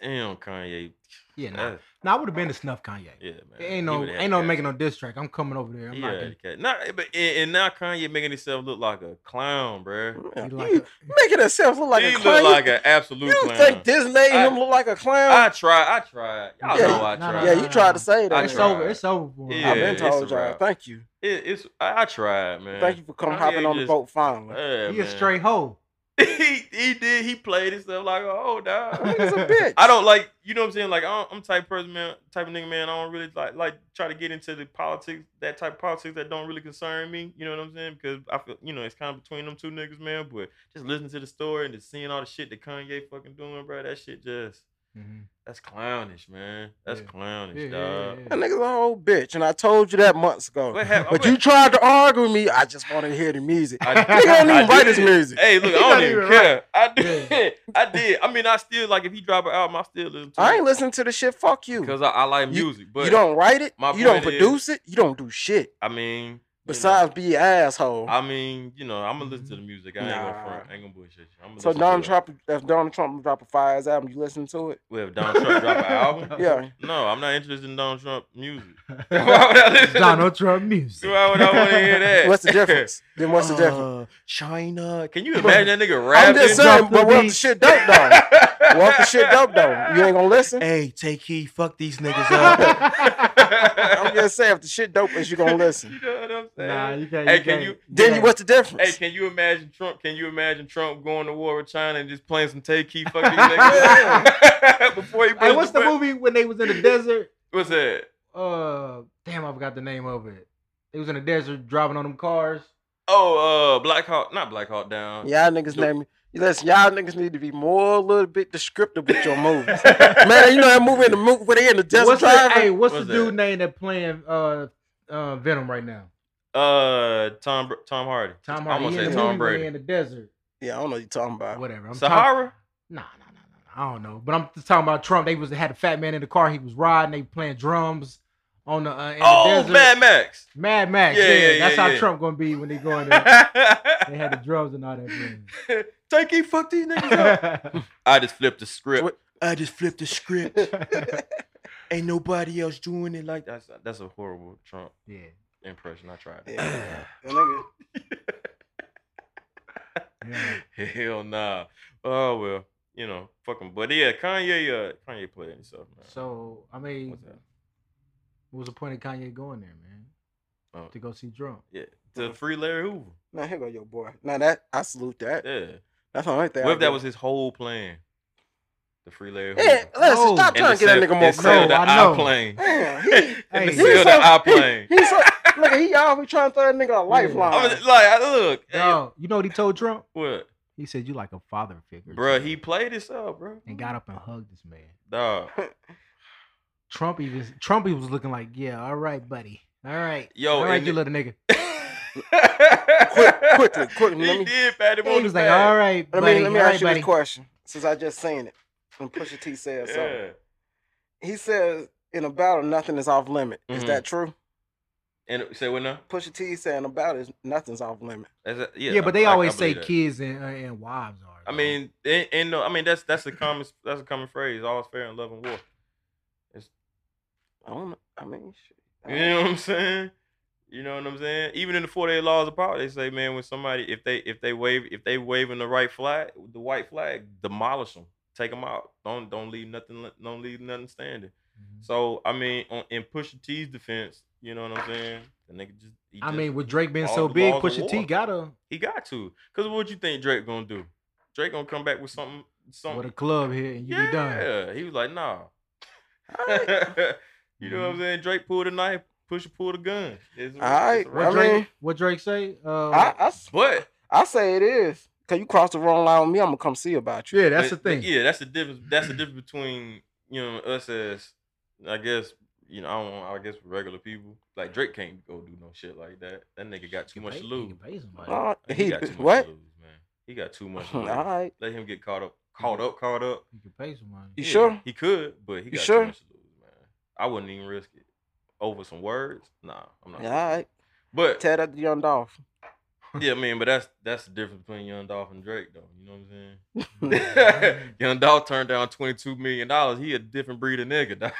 damn Kanye. Yeah, nah. That- Nah, I would have been the snuff Kanye. yeah, man. Ain't no, ain't no making no diss track. I'm coming over there. I'm not Yeah, getting not, but and, and now Kanye making himself look like a clown, bruh. Yeah. He You like a- making himself look like he a look clown. like you, an absolute you don't clown. think this made I- him look like a clown? I tried, I tried. Y'all Yeah. know I Nah, nah, tried. yeah, nah, you tried to say that. I it's tried. over. It's over for him. Yeah, I've been it's told a y'all. wrap. Thank you. It, it's I, I tried, man. Thank you for coming Kanye hopping on the just- boat finally. Yeah, He a man. straight hoe. he he did. He played himself like, oh, dog. Nigga's a bitch. I don't like, you know what I'm saying? Like, I don't, I'm type person, man, type of nigga, man. I don't really like, like try to get into the politics, that type of politics that don't really concern me. You know what I'm saying? Because I feel, you know, it's kind of between them two niggas, man. But just listening to the story and just seeing all the shit that Kanye fucking doing, bro, that shit just, Mhm. That's clownish, man. That's Yeah. clownish, Yeah, yeah, yeah, dog. yeah. That nigga's a whole bitch, and I told you that months ago. What hap- But what- you tried to argue with me. I just want to hear the music. I- Nigga don't I even write his did. music. Hey, look, I Not don't even even care. I did. I did. I mean, I still like if he drop an album, I still listen to I it. ain't listening to the shit. Fuck you. because I, I like You- music. But you don't write it. my You don't point is- produce it. You don't do shit I mean, you besides be an asshole. know, I mean, you know, I'm gonna listen to the music. I ain't gonna Mm-hmm. Nah. front. I ain't gonna bullshit you. I'm gonna so listen Donald to Trump, if Donald Trump drop a fire album, you listen to it. It. Well, if Donald Trump drop an album, Yeah, no, I'm not interested in Donald Trump music. Why would I listen to- Donald Trump music. Why would I want to hear that? what's the difference? Then what's the difference? Uh, China. Can you imagine that nigga rapping? I'm just saying, Drop the but what if the beats. shit dope though? What if the shit dope though? You ain't gonna listen. Hey, take heed. Fuck these niggas up. I'm just saying, if the shit dope is, you gonna listen. You know what I'm saying? Nah, you can't. hey, can you? Then you- what's the Hey, difference? can you imagine Trump? Can you imagine Trump going to war with China and just playing some take key fuck these niggas before he? Hey, puts what's the button? movie when they was in the desert? What's that? Uh, damn, I forgot the name of it. They was in the desert driving on them cars. Oh, uh, Black Hawk, not Black Hawk Down. Y'all niggas No. name. Listen, y'all niggas need to be more a little bit descriptive with your Oh. movies. Man, you know that movie in the movie where they in the desert what's the, driving? hey, what's What's the that? dude name that playing uh, uh Venom right now? Uh, Tom Br- Tom Hardy. Tom I Hardy. almost He in said the Tom movie where they Brady. in the desert. Yeah, I don't know what you're talking about. Whatever. I'm talking- Sahara. Nah, nah, nah, nah, nah. I don't know. But I'm just talking about Trump. They was had a fat man in the car. He was riding. They playing drums on the uh, in the Oh, desert. Mad Max. Mad Max. Yeah, Yeah, yeah, that's yeah, how yeah. Trump gonna be when they go in there. they had the Take drums and all that. Man. heed, fuck these niggas up. I just flipped the script. What- I just flipped the script. Ain't nobody else doing it like that. That's, that's a horrible Trump yeah. impression. I tried. it. Yeah, that nigga- yeah. Hell nah. Oh well, you know, fucking. But yeah, Kanye, uh, Kanye played himself, man. So I mean, What's that? what was the point of Kanye going there, man? Oh. To go see Trump. uh, to free Larry Hoover. Now here go your boy. Now that I salute that. Yeah. That's the only thing. What I if that do. was his whole plan? The free Larry Hoover. Yeah, listen, No. stop And trying to get that nigga more and sell credit. the I know. I plane. Damn, he, and to Hey. He's sell the I plane. he, he so, nigga, he always trying to throw that nigga a lifeline. I'm just like, I look, hey, No, you know what he told Trump? what, He said you like a father figure, to Bruh, me," He played this up, bro. and got up and hugged this man. Dog. Trump even Trump he was looking like, yeah, all right, buddy, all right, Yo, all right, Oh, and you it- little nigga. quick, quickly, quickly, let He me- did pat him He on the was like, back. all right, let buddy, me let me all ask right, you buddy. this question since I just seen it and Pusha T said something. Yeah. He says in a battle, nothing is off limit. Is Mhm. that true? And say what now? Pusha T saying about is nothing's off limit. That's a- yeah, yeah, but they I- I always say believe that. kids and uh, and wives are. I though. mean, ain't, ain't no. I mean, that's that's a common that's a common phrase. All's fair in love and war. I don't know. I mean, shit. I You don't- know what I'm saying? You know what I'm saying? Even in the four day laws of power, they say, man, when somebody if they if they wave if they waving the right flag, the white flag, demolish them, take them out. Don't don't leave nothing. le- Don't leave nothing standing. Mhm. So I mean, on, in Pusha T's defense, you know what I'm saying? The nigga just. He I just- mean, with Drake being all so the big, laws of Pusha T war. gotta he got to. Cause what you think Drake gonna do? Drake gonna come back with something. Something. with a club here and you yeah. be done. He was like, nah. you All right. know Mm-hmm. what I'm saying? Drake pulled a knife, Pusha pulled a gun. It's- it's Alright, a I wrap. What Drake? mean- what Drake say? Uh, I, I s- But I say it is. Cause you cross the wrong line with me, I'm gonna come see about you. yeah, that's the but- thing. but Yeah, that's the difference. That's the difference between you know us as I guess you know I don't I guess regular people like Drake can't go do no shit like that. That nigga got too He can much pay- to he lose. can pay somebody. Uh, He, he, got too much what? to lose, man. He got too much. To All lose. right. Let him get caught up, caught up, caught up. He can pay somebody. You sure? He could, but he You got sure? too much to lose, man. I wouldn't even risk it over some words. Nah, I'm not. All right. But Tell that to Young Dolph. yeah, I mean, but that's that's the difference between Young Dolph and Drake, though. You know what I'm saying? Young Dolph turned down twenty two million dollars. He a different breed of nigga. dawg.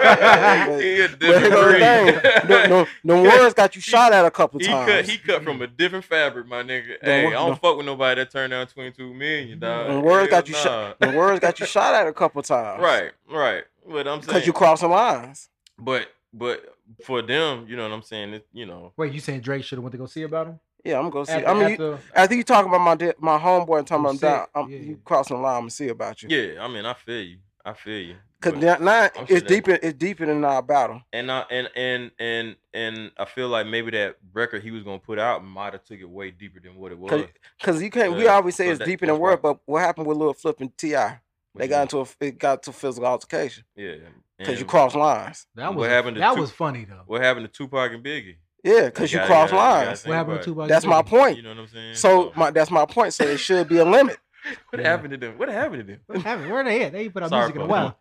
he a But here different go the breed. thing. No, no, no words got you shot at a couple He times. cut, he cut from a different fabric, my nigga. No, hey, I what- don't no. fuck with nobody that turned down twenty two million, dog. No, words got you shot. Nah. The words got you shot at a couple times. Right, right. But I'm saying, Because you cross some lines. but but for them, you know what I'm saying. It, you know, Wait, you saying Drake should have went to go see about him? Yeah, I'm gonna see. After- I mean, you, after- I think you talking about my di- my homeboy and talking Who about said- down, I'm, yeah. you crossing the line. I'm gonna see about you. yeah. I mean, I feel you. I feel you. Cause But- now, now I'm sure it's that- deeper. It's deeper than our battle. and I and and and and I feel like maybe that record he was gonna put out might have took it way deeper than what it was. Cause you can't. We Yeah, always say so it's that- deeper than that's word. why- But what happened with Lil Flip and Ti? They got into a it got to physical altercation yeah because you and cross lines. That was What happened to that Tup- was funny though. What happened to Tupac and Biggie? Yeah, because you gotta- cross gotta- gotta lines. think What happened to about Tupac? That's my Biggie? it. You point. know what I'm saying? So my that's my point. So there should be a limit. what Yeah. happened to them? What happened to them? What happened? Where they at? They ain't put out music in a folks.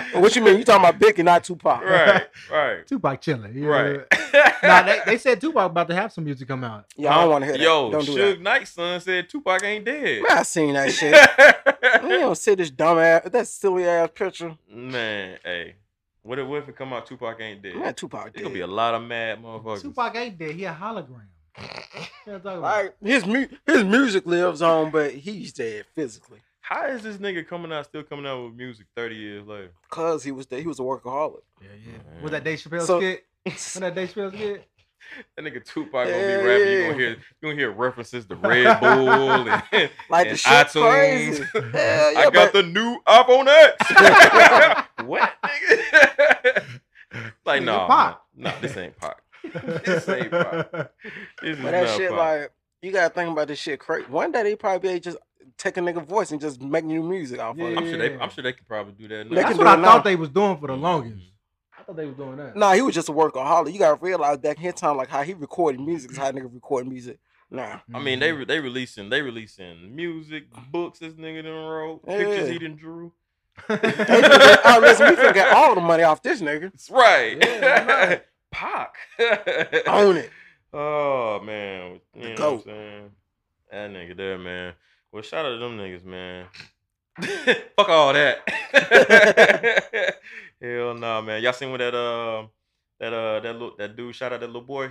while. what you mean? You talking about Big and not Tupac? right, right, Tupac chilling. you know? right. Nah, they, they said Tupac about to have some music come out. Yeah, I don't want to hear that. Yo, don't do Suge Knight's son said Tupac ain't dead. that. Man, I seen that shit. you don't see this dumb ass, that silly ass picture. Man, hey, what if, what if it come out Tupac ain't dead? Man, Tupac There's gonna be dead. a lot of mad motherfuckers. Tupac ain't dead. He a hologram. You know what I'm talking about? Like his mu- his music lives on, but he's dead physically How is this nigga coming out still coming out with music 30 years later? because he was dead. He was a workaholic. Yeah, Man. yeah. Was that Dave Chappelle So- skit? Was that Dave Chappelle skit? That nigga Tupac gonna Yeah, be rapping. You yeah. gonna hear you gonna hear references to Red Bull and, Like the and shit crazy. Hell yeah, I got but the new iPhone X. what nigga? like Nigga, no, Pac. no, this ain't Pac. This ain't Pac. This is but that not shit Pac. like you gotta think about this shit crazy. One day they probably be just take a nigga voice and just make new music off of I'm it. sure they I'm sure they can probably do that. now. They can That's do what I it now. thought they was doing for the Mm-hmm. longest. I thought they was doing that. Nah, he was just a workaholic. You gotta realize back in his time, like how he recorded music is how nigga recorded music. Nah. I mean, Mm-hmm. they re- they releasing they releasing music, books. This nigga done wrote pictures Yeah. he done drew. They finna get- oh, listen, we finna get all the money off this nigga. It's right. Yeah, why not? Pac. Own it. oh man, you know what I'm goat. saying? That nigga there, man. Well, shout out to them niggas, man. Fuck all that. Hell no, man. Y'all seen what that uh that uh that little that dude shot at that little boy?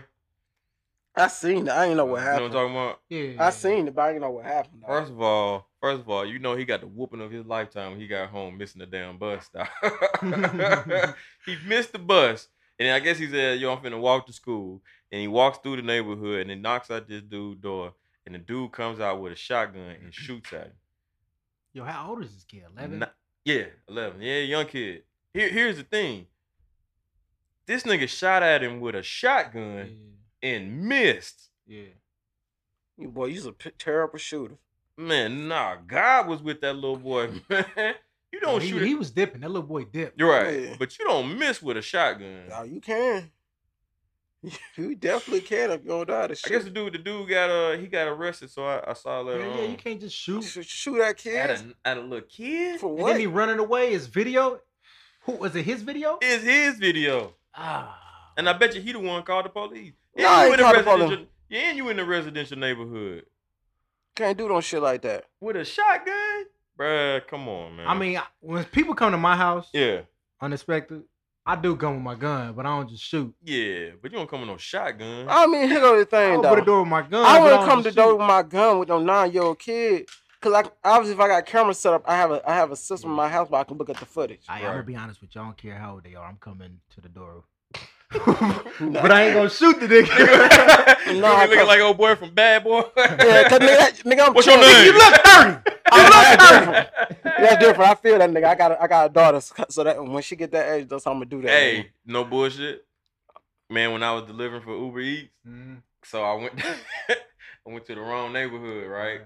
I seen it. I ain't know what You happened. know what I'm talking about? yeah. I seen it, but I ain't know what happened. though. First of all, first of all, you know he got the whooping of his lifetime when he got home missing the damn bus stop. he missed the bus. And I guess he said, Yo, I'm finna walk to school. And he walks through the neighborhood and then knocks out this dude's door. And the dude comes out with a shotgun and shoots at him. Yo, how old is this kid? Eleven. Ni- yeah, eleven. Yeah, young kid. Here, here's the thing. This nigga shot at him with a Yeah. shotgun and missed. yeah. You boy, you's a p- terrible shooter. Man, nah, God was with that little boy, man. You don't he, shoot. He it. was dipping. That little boy dipped. You're right, Yeah. but you don't miss with a shotgun. No, you can. You definitely can if you don't die I to guess shoot. the dude, the dude got uh, he got arrested, so I, I saw Yeah, later yeah, on. you can't just shoot. Shoot, shoot that At kid a, at a little kid for And then what? he running away. His video. Who was it? His video? is his video, Ah. and I bet you he the one called the police. Nah, And you he in a called the police. residential, yeah, and you in a residential neighborhood Can't do no shit like that. with a shotgun, bruh. Come on, man. I mean, I- when people come to my house yeah, unexpected, I do come with my gun, but I don't just shoot. yeah, but you don't come with no shotgun. I mean, here go the I thing open the though. door with my gun. I but wouldn't don't come to just door shoot. with my gun with no nine year old kid. Cause like obviously if I got cameras set up, I have a I have a system in my house where I can look at the footage. I, I'm gonna Right. be honest with you. I don't care how old they are. I'm coming to the door. but I ain't gonna shoot the nigga. you Nah, looking cause- like old boy from Bad Boy. Yeah, cause nigga, nigga I'm What's your chilling. name? you look thirty. I look different. That's different. I feel that nigga. I got a, I got a daughter, so that when she get that age, that's how I'm gonna do that. Hey, no bullshit, man. When I was delivering for Uber Eats, so I went, I went to the wrong neighborhood, right?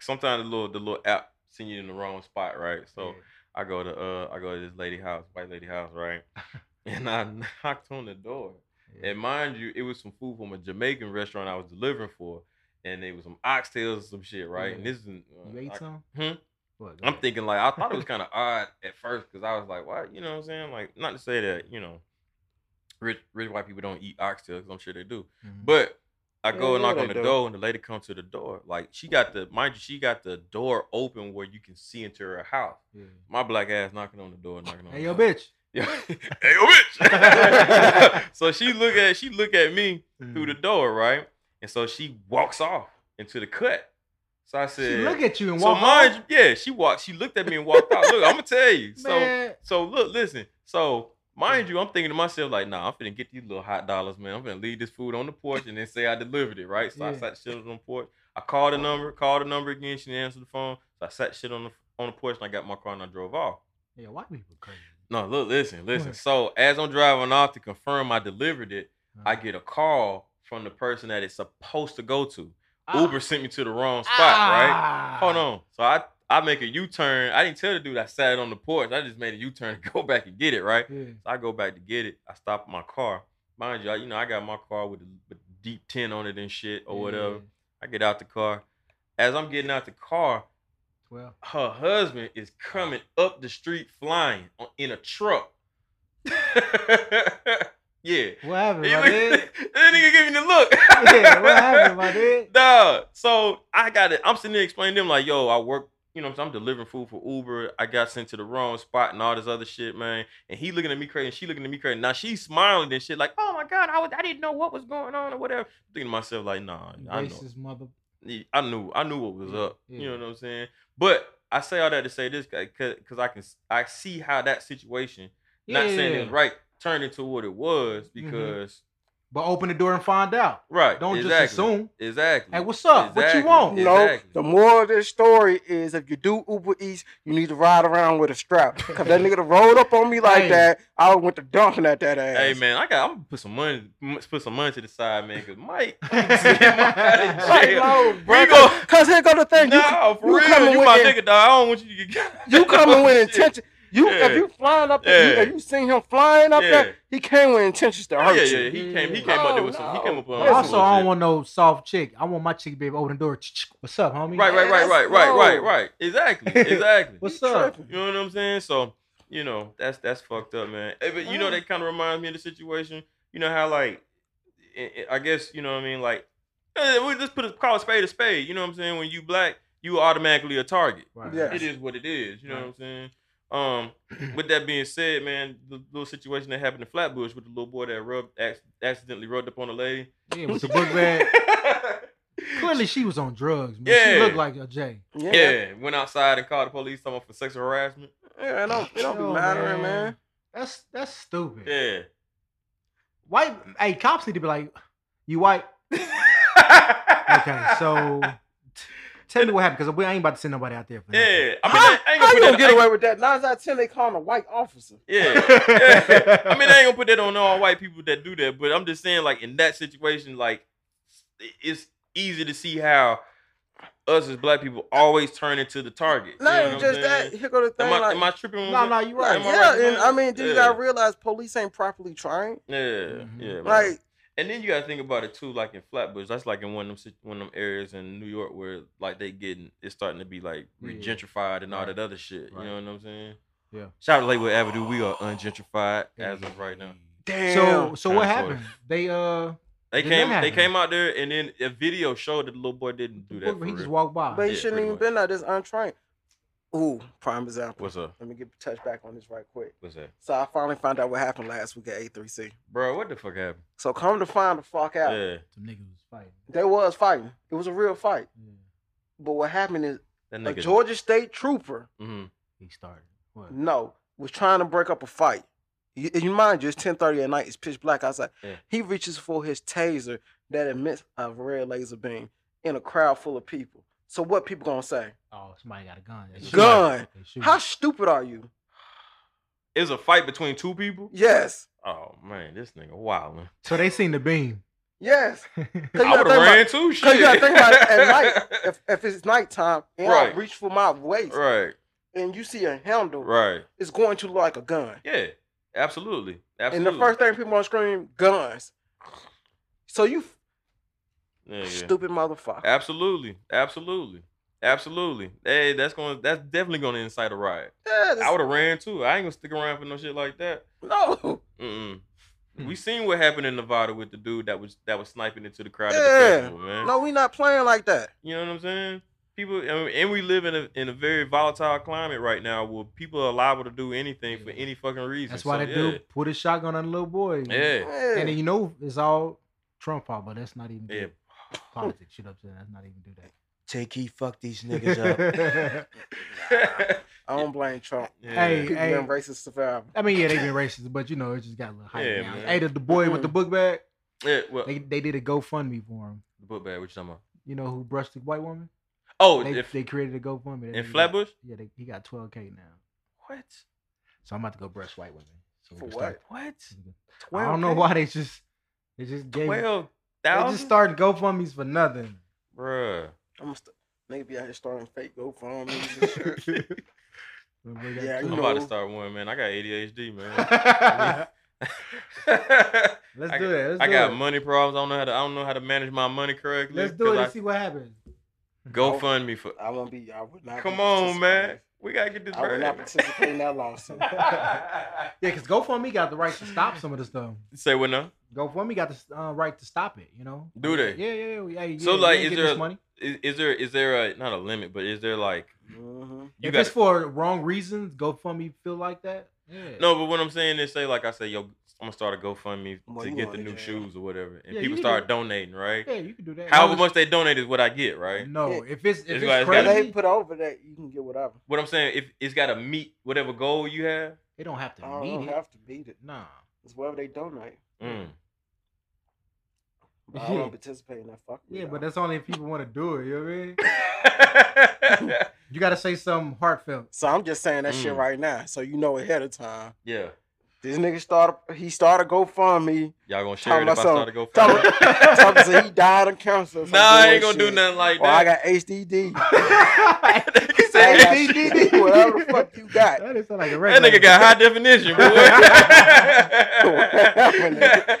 Sometimes the little the little app send you in the wrong spot, right? So I go to uh I go to this lady house, white lady house, right? and I knocked on the door. Yeah. And mind you, it was some food from a Jamaican restaurant I was delivering for, and it was some oxtails and some shit, right? And Yeah. this is in, uh, you ate I- some? Hmm? What, go I'm ahead. thinking like I thought it was kind of odd at first because I was like, why? You know what I'm saying? Like not to say that you know, rich rich white people don't eat oxtail 'cause I'm sure they do, Mhm. but I Yeah, go and yeah, knock they on the do. door and the lady comes to the door. Like she got the mind you, she got the door open where you can see into her house. Yeah. My black ass knocking on the door, knocking on. Hey the yo, door. bitch. Yeah. hey yo, bitch. so she look at she look at me through the Mm. door, right? And so she walks off into the cut. So I said, She look at you and so walk mind, off? you- yeah, she walked. She looked at me and walked out. Look, I'm gonna tell you. So, Man. Mm. so look, listen. So mind you, I'm thinking to myself like, nah, I'm finna get these little hot dollars, man. I'm finna leave this food on the porch and then say I delivered it, right? So I Yeah. sat the shit on the porch. I called the number, called the number again. She didn't answer the phone. So I sat shit on the on the porch and I got in my car and I drove off. Yeah, white people crazy. No, look, listen, listen. What? So as I'm driving off to confirm I delivered it, I Uh, get a call from the person that it's supposed to go to. ah, Uber sent me to the wrong spot, right? ah. Hold on. So I I make a U turn. I didn't tell the dude I sat on the porch. I just made a U turn to go back and get it, right? Yeah. So I go back to get it. I stop my car. Mind you, I, you know, I got my car with a with deep tin on it and shit or whatever. Yeah. I get out the car. As I'm getting out the car, Well, her husband is coming up the street flying on, in a truck. yeah. what happened, He my look- dude? that nigga giving the look. Yeah, what happened, my dude? Duh. So I got it. I'm sitting there explaining to them like, yo, I work. You know, what I'm saying? I'm delivering food for Uber. I got sent to the wrong spot and all this other shit, man. And he looking at me crazy, and she looking at me crazy. Now she's smiling and shit, like, "Oh my god, I was, I didn't know what was going on or whatever." thinking to myself, like, "Nah, I know, Racist mother. yeah, I knew I knew what was Yeah, up. yeah. You know what I'm saying? But I say all that to say this because I can I see how that situation, not saying Yeah. Mm-hmm. it's right, turned into what it was because But open the door and find out. right. Don't exactly, just assume. Exactly. Hey, what's up? What you Exactly. want? Yeah. No, Exactly. the moral of this story is if you do Uber Eats, you need to ride around with a strap. Cause that nigga done rolled up on me like Hey. that, I went to dunking at that ass. Hey man, I got. I'm gonna put some money, m- put some money to the side, man. Cause Mike, Mike out of Like, jail. no, We bro. go- Cause, 'cause here go the thing. You, nah, for you real, coming you with my in- nigga, dog. I don't want you to get. you coming with Oh, Shit. intention. You Yeah. if you flying up there, Yeah. you, if you seen him flying up Yeah. there, he came with intentions to Yeah, hurt yeah, you. yeah. He came. He came up there with Oh, some. He came up on. Listen, also, I bullshit. don't want no soft chick. I want my chick to be able to open the door. What's up, homie? Right, right, Yeah, right, right, that's right, right, low. right. Exactly, exactly. What's You up? tripping. You know what I'm saying? So, you know, that's that's fucked up, man. Eh, But you know, that kind of reminds me of the situation. You know how like, eh, eh, I guess you know what I mean. Like, eh, we just put a, call a spade a spade. You know what I'm saying? When you black, you automatically a target. Right. Yeah. It is what it is. You know what I'm saying? Um, with that being said, man, the little situation that happened in Flatbush with the little boy that rubbed ac- accidentally rubbed up on a lady. Yeah, with the book bag. Clearly, she was on drugs, man. She Yeah. looked like a J. Yeah. yeah. Yeah, went outside and called the police someone for sexual harassment. it don't, it don't Yo, be mattering, man. That's that's stupid. Yeah. White, hey, cops need to be like, you white. Okay, so t- tell me what happened because we ain't about to send nobody out there for nothing. Yeah, I mean, How, I, I ain't gonna you put gonna that. get I- away with that? Nine out of ten, they call him a white officer. Yeah, yeah. I mean, I ain't gonna put that on all white people that do that, but I'm just saying, like in that situation, like it- it's easy to see how us as black people always turn into the target. You Not know even what I'm just saying? that. Here go the thing. Am I, like, am I tripping? on No, that? no, you Like, right. Am I yeah, right, and man? I mean, then you Yeah. gotta realize police ain't properly trained. Yeah, Mhm. yeah. man. Like, and then you gotta think about it too, like in Flatbush, that's like in one of them sit- one of them areas in New York where like they getting it's starting to be like Yeah. regentrified and all Right. that other shit. Right. You know what I'm saying? Yeah. Shout out to Lakewood Avenue, we are ungentrified as of right now. damn. So, so Kinda what sorta. happened? They uh, They Did that came. They happen? came out there, and then a video showed that the little boy didn't do that. For he just real. walked by. but he Yeah, shouldn't pretty even much. been like this untrained. Ooh, prime example. What's up? Let me get touch back on this right quick. What's that, So I finally found out what happened last week at A3C. bro? What the fuck happened? So come to find the fuck out, Yeah, Some niggas was fighting. they was fighting. It was a real fight. Mm. But what happened is that a nigga. Georgia State trooper, Mhm. He started. What? no, was trying to break up a fight. You, you mind you, it's ten thirty at night. It's pitch black outside. Yeah. He reaches for his taser that emits a red laser beam in a crowd full of people. So what people gonna say? Oh, somebody got a gun. They shoot. Gun. They shoot. How stupid are you? It was a fight between two people. Yes, Oh man, this nigga wildin'. So they seen the beam. yes. 'Cause you I would gotta have think about- ran too. Shit. Cause you gotta think about it, at night, if, if it's nighttime and Right. I reach for my waist right, and you see a handle, right. it's going to look like a gun. Yeah, absolutely, And absolutely. the first thing people gonna scream, guns. So you f- yeah, yeah. stupid motherfucker. Absolutely, absolutely, absolutely. Hey, that's going. That's definitely going to incite a riot. Yeah, I would have ran too. I ain't gonna stick around for no shit like that. no. Mm-mm. Hmm. We seen what happened in Nevada with the dude that was that was sniping into the crowd at Yeah. the festival, man. No, we not playing like that. You know what I'm saying? People, I mean, and we live in a in a very volatile climate right now, where people are liable to do anything for any fucking reason. That's why So, that dude put a shotgun on the little boy. yeah. Yeah, Yeah. And then, you know it's all Trump fault, but that's not even yeah. good politics. Shit up to that. That's not even do that. Take he fuck these I Yeah. don't blame Trump. Yeah. People Oh, hey. been racist forever. I mean, yeah, they been racist, but you know, it just got a little hype Yeah, now. man. Hey, the, the boy with the book bag, Yeah, well, they they did a GoFundMe for him. the book bag. What you talking about? You know who brushed the white woman? Oh, They, if, they created a GoFundMe. That in nigga- Flatbush. Yeah, they, he got 12K now. What? So I'm about to go brush white women. So we For can start- What? I don't know why they just, they just gave, Twelve they just thousand. started GoFundMes for nothing. Bruh. I'm st- Nigga be out here starting fake GoFundMe's and shit. Yeah, I'm you about to know. start one, man. I got ADHD, man. Let's I do it. Let's I do got it. money problems. I don't know how to. I don't know how to manage my money correctly. Let's do it 'cause and I- see what happens. GoFundMe for. I won't be. I would not. Come be on, man. participating. We gotta get this I would not bread. participate in that lawsuit. Yeah, because GoFundMe got the right to stop some of this stuff. Say what now? GoFundMe got the uh, right to stop it. You know. Do they? Yeah, yeah, yeah. yeah, yeah So, you like, ain't is getting there this a- money? Is, is there is there a not a limit, but is there like hmm you if got it's for wrong reasons, GoFundMe feel like that. Yeah. no? But what I'm saying is, say like I say, yo, I'm gonna start a GoFundMe Well, to you get going the to new jail. shoes or whatever, and Yeah, people you start do. donating, right? Yeah, Mm-hmm. you can do that. However As long much they donate is what I get, right? as- No, Yeah. if it's if It's it's, like- it's If gotta crazy, they they, put over that, you can get whatever. What I'm saying, if it's got to meet whatever goal you have, don't have to I meet don't it. have to beat it. Nah. It's whatever they donate. mm. But I Yeah. won't participate in that fuck. Yeah, but that's only if people want to do it. You know what I mean? You got to say something heartfelt. so I'm just saying that shit Mm. right now, so you know ahead of time. yeah, This nigga started. He started GoFundMe. y'all gonna share it Talking if I start about to Talking, GoFundMe. talking so he died of cancer. or some Nah, I ain't gonna bullshit. do nothing like Or I that. got HDD. He I said got ADD. HDD. Whatever the fuck you got. That is like a That nigga got high definition, boy. happened? high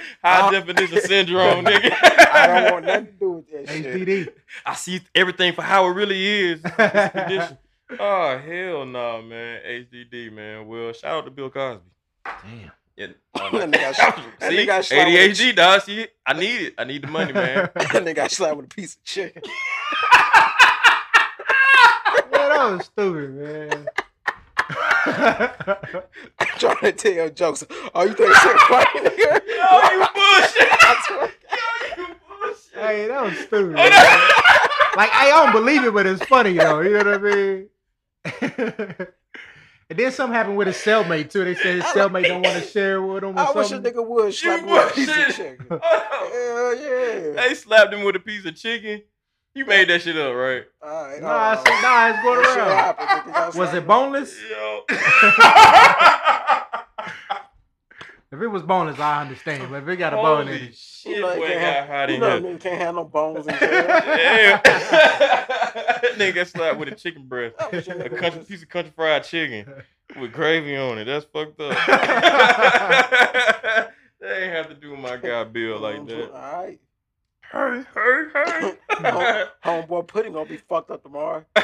I- definition syndrome, nigga. I don't want nothing to do with that shit. HDD. I see everything for how it really is. This condition. Oh hell no, man. HDD, man. Well, shout out to Bill Cosby. Damn. Yeah, That nigga got shot- that see, nigga got shot with a- ADHD, dog. See, I need it. I need the money, man. That nigga got slapped with a piece of chicken. Yeah, that was stupid, man. trying to tell jokes. Oh, you think shit funny, nigga? Yo, you bullshit. Yo, you bullshit. hey, that was stupid. Oh, man. no. Like, I don't believe it, but it's funny, though. You know what I mean? and then something happened with his cellmate, too. They said his cellmate don't want to share with him I or wish a something. nigga would slap You me with a would, piece shit. of chicken. Oh, Hell yeah. They slapped him with a piece of chicken. You made that shit up, right? All right, Nah, hold it's, on. nah, it's going That shit around. happened, nigga. Y'all Was slapped it me. boneless? Yo. If it was boneless, I understand. But if it got a bone in Holy it, shit, You know, boy, you it can't got have- hot You in know, here. nigga can't have no bones in jail. Damn. That nigga got slapped with a chicken breast. I wish a A nigga country, would just- piece of country fried chicken with gravy on it. That's fucked up. they ain't have to do my guy Bill like that. All right. Hurry, hurry, hurry. Homeboy pudding gonna be fucked up tomorrow.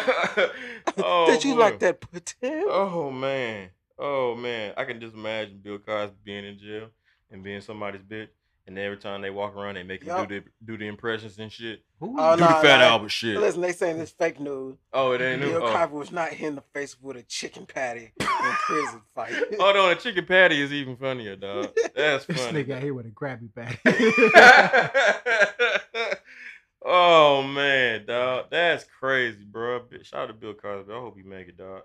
oh, Did you like boy. that pudding? Oh man. Oh man. I can just imagine Bill Cosby being in jail and being somebody's bitch. And every time they walk around, they make him Yup. do the do the impressions and shit. who Oh, do the nah, Fat nah. Albert shit. Listen, they saying this fake news. Oh, it ain't new. Bill Oh. Cosby was not hit in the face with a chicken patty in prison fight. Hold on, a chicken patty is even funnier, dog. That's this funny. nigga out here with a grabby bag. oh man, dog, that's crazy, bro. Shout out to Bill Cosby. I hope he make it, dog.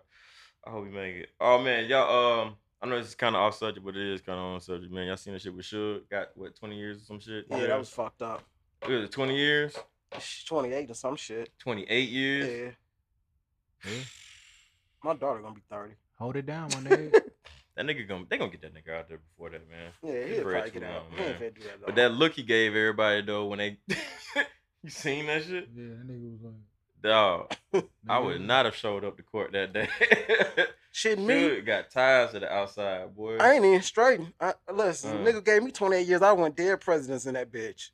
I hope he make it. Oh man, y'all. Um, I know this is kind of off subject, but it is kind of on subject, man. Y'all seen the shit with Suge? Got what twenty years or some shit? yeah, that was fucked up. It was twenty years, She's 28 or some shit. twenty eight years. Yeah. Yeah. My daughter gonna be 30. Hold it down, my nigga. That nigga gonna they gonna get that nigga out there before that, man. Yeah, He he'll bred probably too get out. long, He ain't man. finna do that But long. that look he gave everybody though when they, you seen that shit, Yeah, that nigga was like, dog. I nigga, Mm-hmm. would not have showed up to court that day. shit, me, Dude got ties to the outside, boy. I ain't even straight. I, listen, Uh. nigga gave me 28 years. I want dead presidents in that bitch.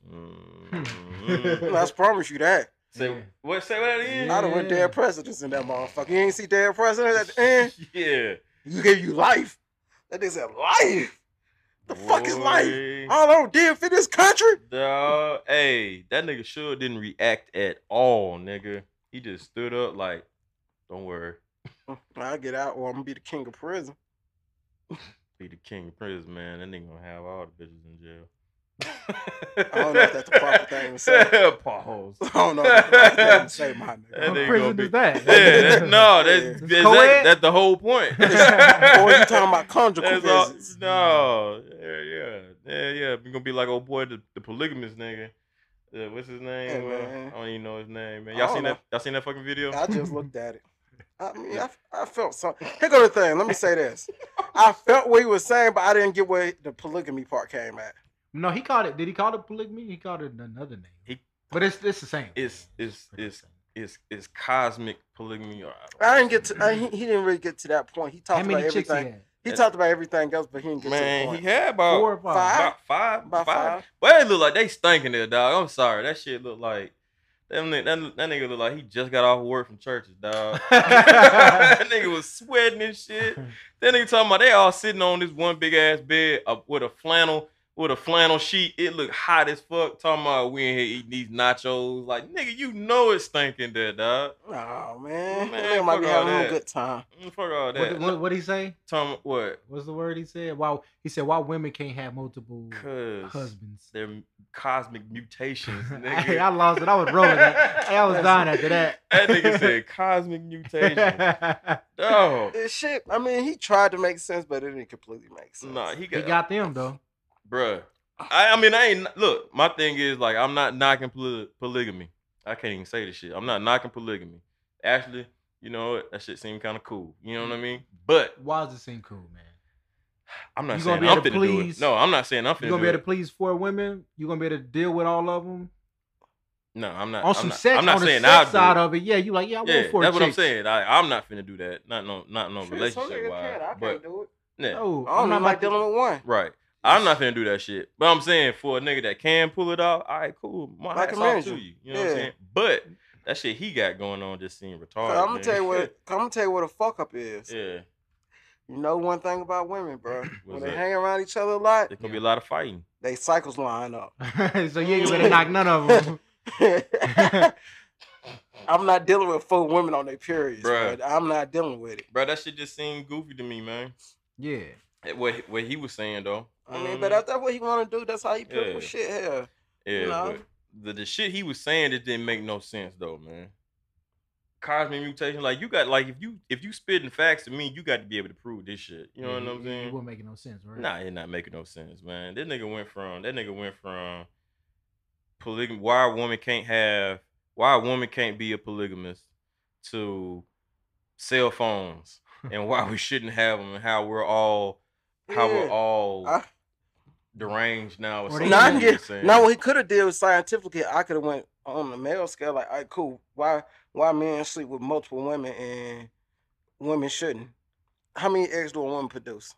Mm. I promise you that. say Yeah. what? Say what that is? I don't want Yeah. dead presidents in that motherfucker. You ain't see dead presidents at the end. yeah. You gave you life. That nigga said life. The fuck is life? Boy. All I did for this country. Dawg, Hey, that nigga sure didn't react at all, nigga. He just stood up like, "Don't worry, I'll get out or I'm gonna be the king of prison. be the king of prison, man. That nigga gonna have all the bitches in jail." I don't know if that's the proper thing to say. Pause. I don't know if that's what I'm saying, my That nigga. What nigga prison gonna be- is that? Yeah, that, no, that's, Yeah. that's, It's co-ed? that's the whole point. or Oh, you talking about conjugal That's all, visits. no, yeah, yeah, yeah, yeah. You're gonna be like old boy, the, the polygamous nigga. Uh, what's his name? Hey, Uh, man. I don't even know his name, man. I Y'all don't seen know. that? Y'all seen that fucking video? I just looked at it. I mean, I, I felt something. Here go the thing. Let me say this. I felt what he was saying, but I didn't get where the polygamy part came at. No, he called it. Did he call it polygamy? He called it another name. He- but it's it's the same. It's- it's- Pretty it's- much is is cosmic polygamy. Or I didn't get to. I, he, he didn't really get to that point. He How talked about many chicks he everything. had? He talked about everything else, but he didn't get to the man, point. he had about Four or five. five. about Oh, five, About about five. five. But it look like they stinking there, dog. I'm sorry, that shit look like. That, ni- that, that nigga look like he just got off work from churches, dog. that nigga was sweating and shit. That nigga talking about they all sitting on this one big ass bed uh, with a flannel with a flannel sheet. It looked hot as fuck. Talking about we in here eating these nachos. Like nigga, you know it's stinking there, dog. Oh Man, man, man might fuck be all having a that. good time. Mm, Fuck all that. What, what, what'd he say? Tom, what? What's the word he said? Why he said why women can't have multiple Cause husbands. they're cosmic mutations, Hey, nigga. I lost it. I was rolling. That. Hey, I was dying after that. That nigga said cosmic mutation. he Oh, This shit. I mean, he tried to make sense, but it didn't completely make sense. nah, he got, got them though. bruh. I, I mean, I ain't look. My thing is like, I'm not knocking poly- polygamy. I can't even say this shit. I'm not knocking polygamy. Actually, you know what? That shit seemed kind of cool. You know what I mean? But Why does it seem cool, man? I'm not You gonna saying be I'm able finna to do it. please- No, I'm not saying I'm You finna gonna do be it. able to please four women? You gonna be able to deal with all of them no, I'm not. on I'm some not, sex I'm not on the saying sex I'll do side it. of it? Yeah, you like yeah, I Yeah, want that's four what I'm chicks. saying. I, I'm not finna do that. Not no, not no Shit, some relationship nigga wise. can, I can't But do it. yeah, No, I I'm don't not even like like dealing with one. Right. I'm not finna do that shit. But I'm saying for a nigga that can pull it off, all right, cool. My Like hat's a off manager. to you. You know what Yeah. I'm saying? But that shit he got going on just seemed retarded. I'm gonna man. tell you what. I'm gonna tell you what a fuck up is. yeah. You know one thing about women, bro. when What's they that? hang around each other a lot, There's gonna be a lot of fighting. they cycles line up. so you ain't gonna be able to knock none of them. I'm not dealing with four women on their periods, bro. Bruh. I'm not dealing with it. Bro, that shit just seemed goofy to me, man. Yeah, Eh, What what he was saying though. I You mean, know but what I if that's what he want to do, that's how he picked Mm-hmm. Yeah. shit here. mean? you Yeah, know. but the, the shit he was saying it didn't make no sense though, man. Cosmic mutation, like you got like if you if you spitting facts to me, you got to be able to prove this shit. You know what Mm-hmm, I'm saying? It wouldn't make no sense, right? Nah, it not making no sense, man. That nigga went from that nigga went from polygamy. Why a woman can't have why a woman can't be a polygamist to cell phones and why we shouldn't have them and how we're all how we're Yeah. all I- deranged now. Or Or something, they Now, I can even- you know what I'm get, saying? now what he could have did was scientifically, I could have went on the male scale. Like, all right, cool. Why why men sleep with multiple women and women shouldn't? How many eggs do a woman produce?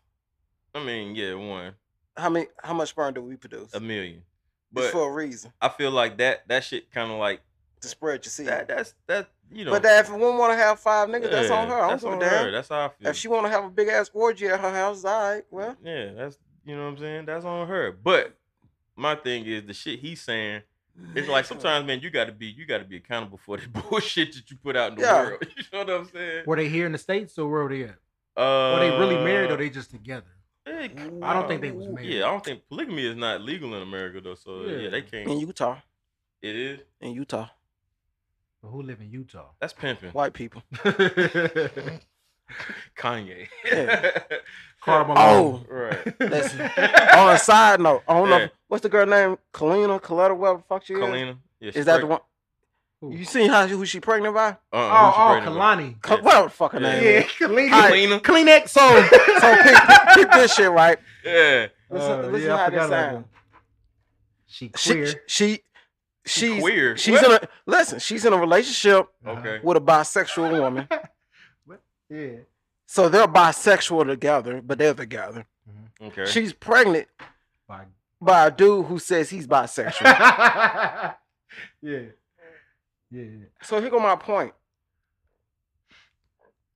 I mean, yeah, one How many? How much sperm do we produce? a million, it's Uh, but for a reason I feel like that that shit kind of like to spread your seed. that. That's that you know. but that if a woman want to have five niggas, that's yeah, on her. I don't that's give a on damn. her. That's how I feel. If she want to have a big ass orgy at her house, all right. Well, yeah, that's you know what I'm saying. That's on her. But my thing is the shit he's saying. It's like sometimes, man, you gotta be you gotta be accountable for the bullshit that you put out in the Yeah. world. You know what I'm saying? Were they here in the states or where were they at? Uh, Were they really married or they just together? eh, I don't think they uh, was married. Yeah, I don't think polygamy is not legal in America though. So yeah, Yeah. they in can't. Utah, It is. in Utah, But who live in Utah? That's pimping. white people. Kanye. Yeah. Karl Malone. Oh, right. listen. on a side note, I don't know Yeah. what's the girl name, Kalina, Coletta, whatever the fuck she is. Kalina. Yeah, Is that the one? Who? You seen how who she pregnant by? Uh, Oh, oh, Kalani. Ka- Yeah. Whatever the fuck her Yeah. name. Yeah, Is. Kalani. Kalina. Kleenex. So, Oh. so pick, pick this shit right. Yeah. Listen, Uh, listen yeah, I how this forgot about sound. that. She She, queer. she, she's queer. She's in a listen. She's in a relationship Okay. with a bisexual woman. Yeah. So they're bisexual together, but they're together. Okay. She's pregnant By- by a dude who says he's bisexual. yeah. Yeah. so here go my point.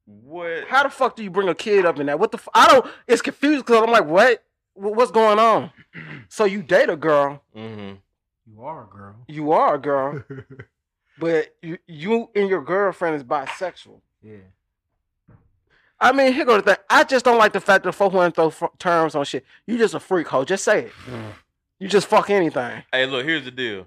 what? How the fuck do you bring a kid up in that? What the? F- I don't. It's confused because I'm like, what? Wh- What's going on? So you date a girl, Mm-hmm. You are a girl. you are a girl, but you, you and your girlfriend is bisexual. yeah. I mean, here go the thing. I just don't like the fact that folk want to throw f- terms on shit. You just a freak hoe. Just say it. You just fuck anything. Hey, look. Here's the deal.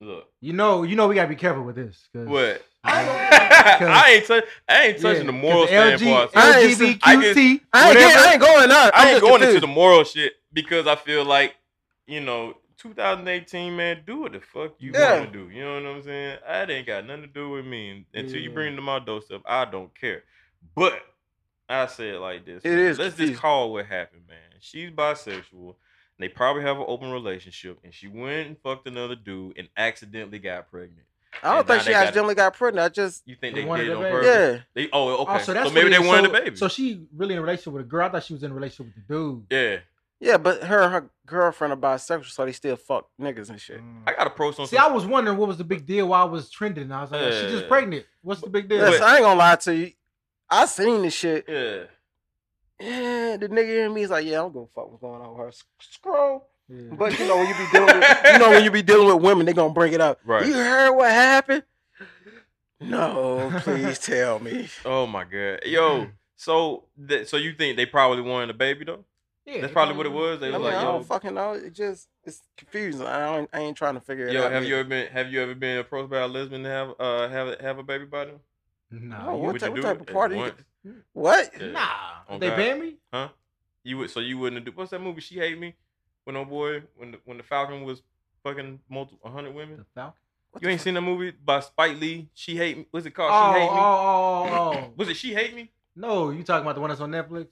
Look. You know, you know, we gotta be careful with this. 'cause- What? Yeah. 'Cause- I ain't touch, I ain't touching yeah, the moral 'cause LG standpoint. I, I ain't- LGBTQT. I ain't, Whatever. getting, I ain't going up. I'm ain't just going into confused. the moral shit because I feel like you know 2018 man, do what the fuck you Yeah. want to do. You know what I'm saying? That ain't got nothing to do with me. And Until you Yeah. Mm. bring to my doorstep, I don't care. But I say it like this: It man. is Let's confusing. just call what happened, man. She's bisexual. and They probably have an open relationship, and she went and fucked another dude and accidentally got pregnant. I don't And think now she they got- accidentally got pregnant. I just You think They they wanted did it a on baby. purpose? yeah. They, oh, okay. Oh, so that's so maybe they weird. wanted So- a baby. So she really in a relationship with a girl. I thought she was in a relationship with the dude. yeah, Yeah, but her and her girlfriend are bisexual, so they still fuck niggas and shit. I got a post on. See, I some- was wondering what was the big deal while I was trending. and I was like, she's Yeah. just pregnant. What's the big deal? Listen, But- I ain't gonna lie to you. I seen this shit. yeah. Yeah, the nigga in me is like, yeah, I don't give a fuck what's going on with her. S- Scroll. Yeah. But you know when you be dealing with you know when you be dealing with women, they gonna bring it up. Right. You heard what happened? No, please tell me. Oh my god, yo. So, th- so you think they probably wanted a baby though? Yeah, That's probably what it was. They I, was mean, like, I yo, don't fucking know. It just it's confusing. I don't, I ain't trying to figure it yo, out. have yet. you ever been have you ever been approached by a lesbian to have uh have have a baby by them? Oh, Nah, what you- Would type- you do what type it of at party you once? What? Yeah. nah. On They Oh, God. banned me. Huh? You would so you wouldn't do what's that movie? She hate me when old boy when the, when the Falcon was fucking multiple hundred women. The Falcon. What You the ain't fuck? seen that movie by Spike Lee? She hate me. What's it Oh, called? she hate me. oh, oh, oh. Was it She Hate Me? No, you talking about the one that's on Netflix?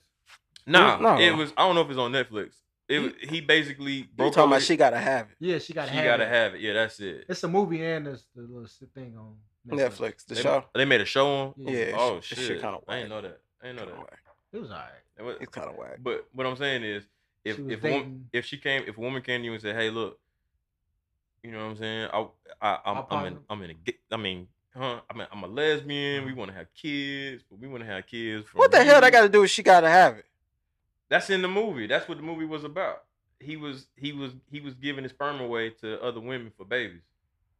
Nah, No. it was. I don't know if it's on Netflix. It was- he basically You broke talking her about leg- she gotta have it. Yeah, she got. she gotta have it. Yeah, that's it. It's a movie and it's the little s- thing on Netflix. Netflix, the they, show. they made a show on. Yeah. Yeah. Oh that shit! shit kinda I ain't whack. know that. I ain't know Kinda that. whack. It was alright. It was- It's kind of whack. But what I'm saying is, if She was if woman, dating- if she came, if a woman came to you and said, "Hey, look," you know what I'm saying? I I I'm I'll I'm in, probably- I'm in a ga- I mean, huh? I mean, I'm a lesbian. Uh-huh. We want to have kids, but we want to have kids. From What the hell you. that got to do with she got to have it? That's in the movie. That's what the movie was about. He was he was he was giving his sperm away to other women for babies.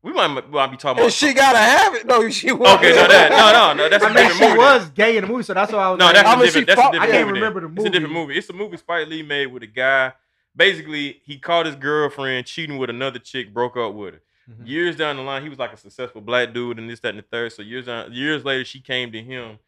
We might might be talking about If she got to have it, no, she won't. Okay, no, that no, no, no. That's a I mean, different she movie. was gay in the movie, so that's why I was. No, like, that's I a mean, different. she That's a fought- different I can't movie then. remember the It's a different movie. movie. It's a movie Spike Lee made with a guy. Basically, he caught his girlfriend cheating with another chick, broke up with her. Mhm. Years down the line, he was like a successful black dude and this, that, and the third. So years down, years later, she came to him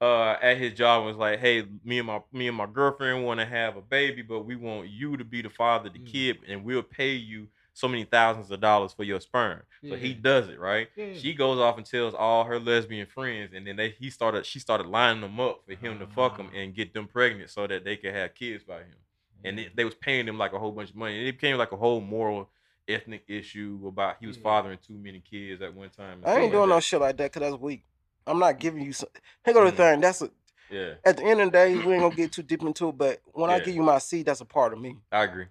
uh, at his job and was like, "Hey, me and my me and my girlfriend want to have a baby, but we want you to be the father of the Mm. kid, and we'll pay you so many thousands of dollars for your sperm." So he Yeah. does it right. Yeah. She goes off and tells all her lesbian friends, and then they he started she started lining them up for him to fuck them Ah. and get them pregnant so that they could have kids by him. And they, they was paying him like a whole bunch of money. And it became like a whole moral ethnic issue about he was Yeah. fathering too many kids at one time. and I ain't stuff doing no like shit like that because that's weak. I'm not giving you. Some, here go the Mhm. thing. That's a, that. Yeah, at the end of the day, we ain't gonna get too deep into it. But when I Yeah. give you my seed, that's a part of me. I agree.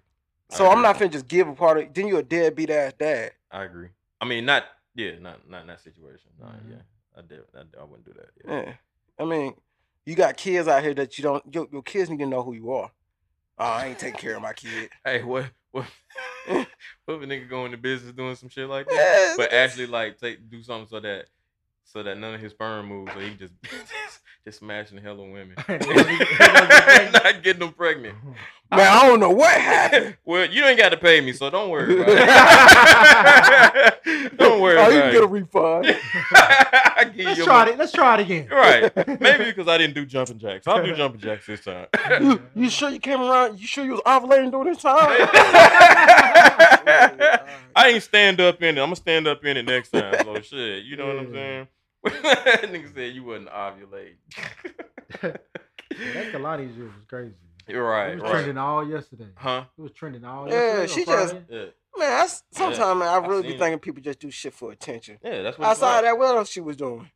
I So I'm agree. not finna just give a part of. Then you a deadbeat ass dad. I agree. I mean, not yeah, not not in that situation. Nah, Mhm. yeah, I did. I, I wouldn't do that. Yeah. Yeah. Eh, I mean, you got kids out here that you don't. Your, your kids need to know who you are. Oh, I ain't taking care of my kid. Hey, what what what if a nigga go into business doing some shit like that? Yeah, but nigga. actually like take do something so that so that none of his sperm moves, so he just just, just smashing the hell on women, not getting them pregnant. Man, I don't know what happened. well, you ain't got to pay me, so don't worry. About it. don't worry. Oh, about you can it. get a refund. I give Let's you try my- it. Let's try it again. Right, maybe because I didn't do jumping jacks. I'll do jumping jacks this time. You, you sure you came around? You sure you was ovulating during this time? I ain't stand up in it. I'm gonna stand up in it next time. So shit, you know what I'm Yeah. saying? Nigga said you wouldn't ovulate. That Kalani shit was crazy. You're it right, was right. trending all yesterday. Huh? It was trending all Yeah, yesterday. on she just- Friday. Yeah. Man, I, s- sometimes man, I I really be seen it. thinking people just do shit for attention. Yeah, that's what I it's saw about. that. What else she was doing?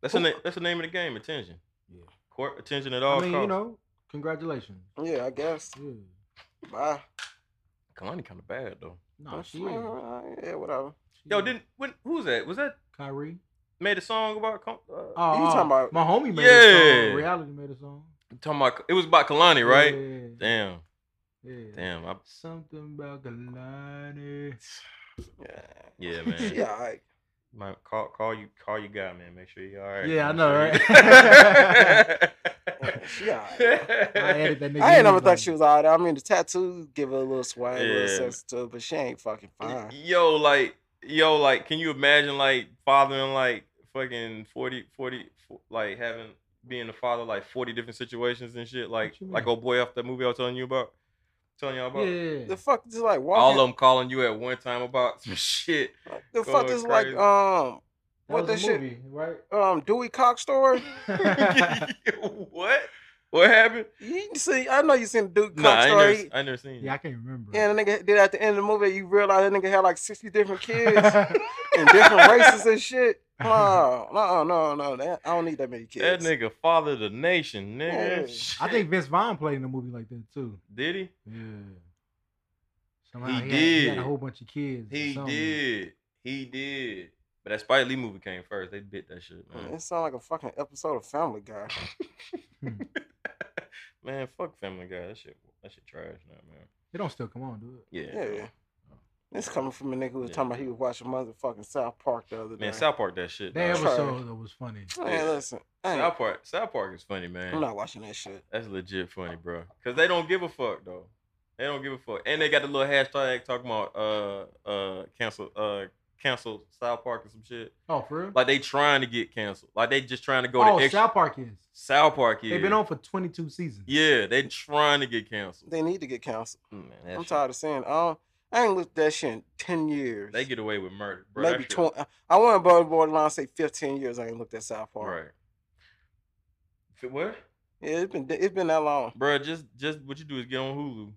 That's the, na- that's the name of the game, attention. Yeah. Court attention at all Oh, I mean, costs. you know, congratulations. Yeah, I guess. Yeah. Bye. Kalani kind of bad though. No, she is. uh, yeah, whatever. She Yo, is. didn't when who's that? Was that Kyrie? made a song about Ka- uh, Oh, You oh, talking about- my homie made a Yeah. song. Reality made a song. talking about it was about Kalani, right? Yeah. Damn, yeah. damn. I, Something about Kalani. Yeah. yeah, man. Yeah, all right. My call call you call you guy, man. Make sure you all right. Yeah, I Make know, sure you- Yeah, I added that nigga. I He ain't never was thought like- she was all that. I mean, the tattoo give her a little swag, a Yeah. little sense to it, but she ain't fucking fine. yo, like yo, like can you imagine like fathering like fucking 40, 40 fo- like having being a father like 40 different situations and shit like What you like mean? old boy off that movie I was telling you about. Telling y'all about Yeah. The fuck just like walking. all of them calling you at one time about some shit. the fuck going is like crazy. um That was what um, a that shit movie, right? um Dewey Cox story. what? What happened? You see, I know you seen Duke Coke Nah, I ain't, story. never, I ain't never seen Yeah, I it. can't remember. Yeah, and the nigga did at the end of the movie, you realize that nigga had like 60 different kids and different races and shit. No, no, no, no. That, I don't need that many That kids. nigga fathered the nation, Yeah. nigga. I Shit. think Vince Vaughn played in a movie like that too. did he? Yeah. Somehow he, He Had, he had did. a whole bunch of kids. or He something. did. He did. But that Spike Lee movie came first. They bit that shit, man. Mm, It sounds like a fucking episode of Family Guy. man, fuck Family Guy. That shit, that shit trash now, man. It don't still come on, do it. Yeah. Yeah. This coming from a nigga who was talking about he was watching motherfucking South Park the other day. Man, South Park, that shit. That dog. Damn, episode Trash. though was funny. Man, listen. I ain't- South Park, South Park is funny, man. I'm not watching that shit. That's legit funny, bro. Cause they don't give a fuck though. They don't give a fuck, and they got the little hashtag talking about uh uh cancel uh cancel South Park and some shit. Oh, for real? Like they trying to get canceled. Like they just trying to go oh, to extra. South, South Park is. Park. Yeah, They've been on for 22 seasons. Yeah, they trying to get canceled. They need to get canceled. Mm, man, that I'm shit- tired of seeing. I, don't, I ain't looked at that shit in 10 years. They get away with murder, bro. Maybe 20. I want to border- borderline say 15 years I ain't looked at South Park. Right. F- What, Yeah, it's been it's been that long. bro? Just just what you do is get on Hulu.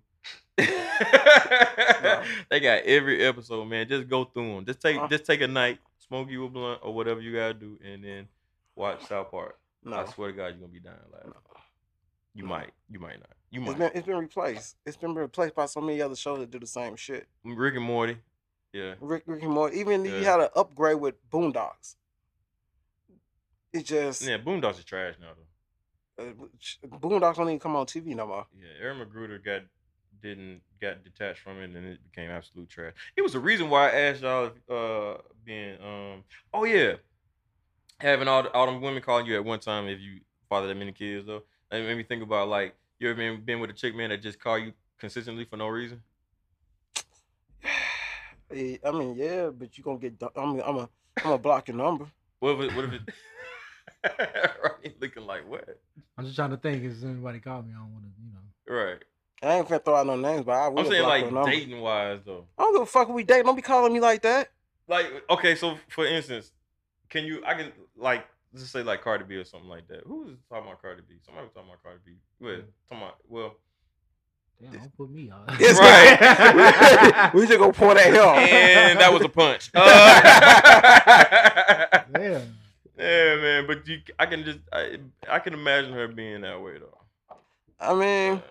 Bro. They got every episode, man. Just go through them. Just take Uh. just take a night, smoke you a blunt or whatever you gotta do, and then watch South Park. No, I swear to God, you're gonna be dying laughing. You No. might, you might not. You it's might. been it's been replaced. It's been replaced by so many other shows that do the same shit. Rick and Morty. Yeah. Rick, Rick and Morty. Even you Yeah. had an upgrade with Boondocks. It just Yeah, Boondocks is trash now though. uh, sh- Boondocks don't even come on TV no more. Yeah, Aaron Magruder got didn't got detached from it and it became absolute trash. It was the reason why I asked y'all uh being um oh yeah. Having all the, all them women calling you at one time if you father that many kids though. That made me think about like you ever been, been with a chick man that just call you consistently for no reason? Eh, I mean, yeah, but you gonna get. du- I'm I'm a I'm gonna block your number. What if it, what if it right looking like what? I'm just trying to think. Is anybody called me? I don't want to, you know. Right. I ain't finna throw out no names, but I will I'm saying block your like number. dating wise though. I don't give a fuck who we date. Don't be calling me like that. Like okay, so for instance, can you? I can like let's just say like Cardi B or something like that. Who was talking about Cardi B? Somebody was talking about Cardi B. Well, Mm. talking about well, Damn, don't put me on. It's Right. we just gonna pour that here. and that was a punch. Uh, yeah. yeah, man. But you, I can just I, I can imagine her being that way though. I mean,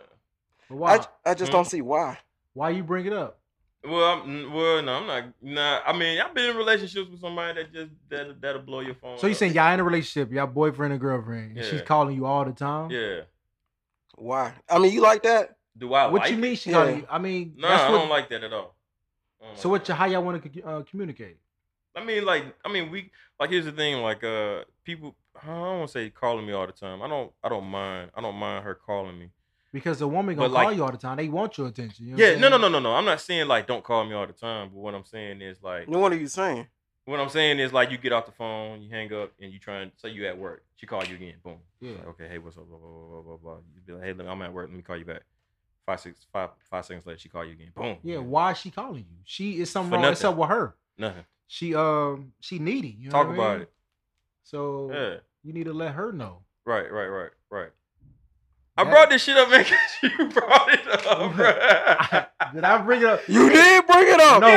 But why? I I just Hmm? don't see why. why you bring it up? Well, I'm, well, no, I'm not. Nah, I mean, I've been in relationships with somebody that just that that'll blow your phone. So you up. saying y'all in a relationship, y'all boyfriend and girlfriend, and she's Yeah. calling you all the time? yeah? Why? I mean, you like that? Do I? What like you it? mean she Yeah. calling you? I mean, No, that's I what, don't like that at all. I don't So like what? How y'all want to uh, communicate? I mean, like, I mean, we like. Here's the thing, like, uh, people. I don't want to say calling me all the time. I don't. I don't mind. I don't mind her calling me. Because a woman gonna But, call like- you all the time. They want your attention. You know what yeah. I'm No. No. saying? No. No. No. I'm not saying like don't call me all the time. But what I'm saying is like What are you saying? what I'm saying is like you get off the phone, you hang up, and you try and say you at work. She call you again. Boom. Yeah. Like, okay. Hey, what's up? Blah blah blah blah blah. blah. You be like, hey, look, I'm at work. Let me call you back. Five six five five seconds later, she call you again. Boom. Yeah. Why is she calling you? She is something For wrong. It's nothing. up with her. Nothing. She um she needy. You know Talk what I about mean? it. So Yeah. you need to let her know. Right, right, right, right. I That- brought this shit up, man, 'cause you brought it up, bro. Did I bring it up? You did bring it up. No.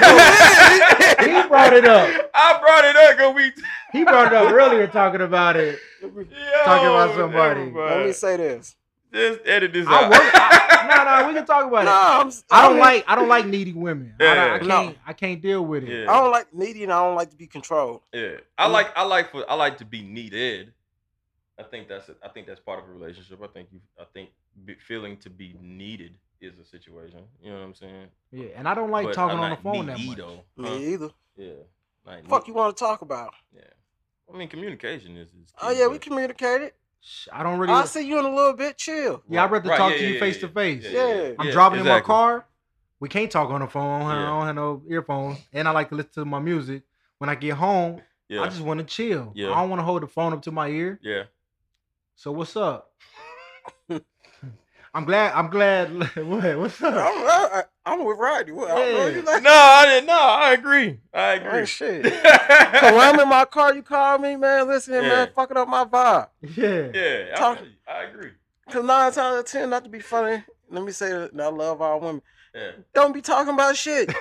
Yeah. He brought it up. I brought it up because we He brought it up earlier talking about it. Yo, Talking about somebody. Let me bruh. say this. Just edit this I out. work. I, no, no, we can talk about No, it. I'm, s- I don't mean, like I don't like needy women. I, don't- I Yeah. can't I can't deal with it. yeah. I don't like needy and I don't like to be controlled. yeah, I like I like for I like to be needed. I think that's a, I think that's part of a relationship. I think you I think be, feeling to be needed is a situation. You know what I'm saying? Yeah, and I don't like But talking I'm on the not phone that much. needy, though. Me Huh? Mm. either. Yeah. Like, Fuck ne- you want to talk about? Yeah. I mean, communication is. is Oh key, yeah, Mm, we but- communicated. Sh- I don't really. I'll see you in a little bit. Chill. Yeah, I'd rather talk to you face to face. Yeah. I'm dropping in my exactly. car. We can't talk on the phone. I Yeah. don't have no earphones, and I like to listen to my music. When I get home, Yeah, I just want to chill. Yeah. I don't want to hold the phone up to my ear. yeah. So what's up? I'm glad. I'm glad. what? What's up? I'm, I, I, am with Roddy. What? I don't know Yeah. you like. No, I didn't. No, I agree. I Oh, agree. shit. so when I'm in my car, you call me, man. Listen, here, Yeah. man, fucking up my vibe. Yeah. yeah, I, Talk- feel you. I agree. Cause nine times out of ten, not to be funny. Let me say that I love all women. Yeah. Don't be talking about shit.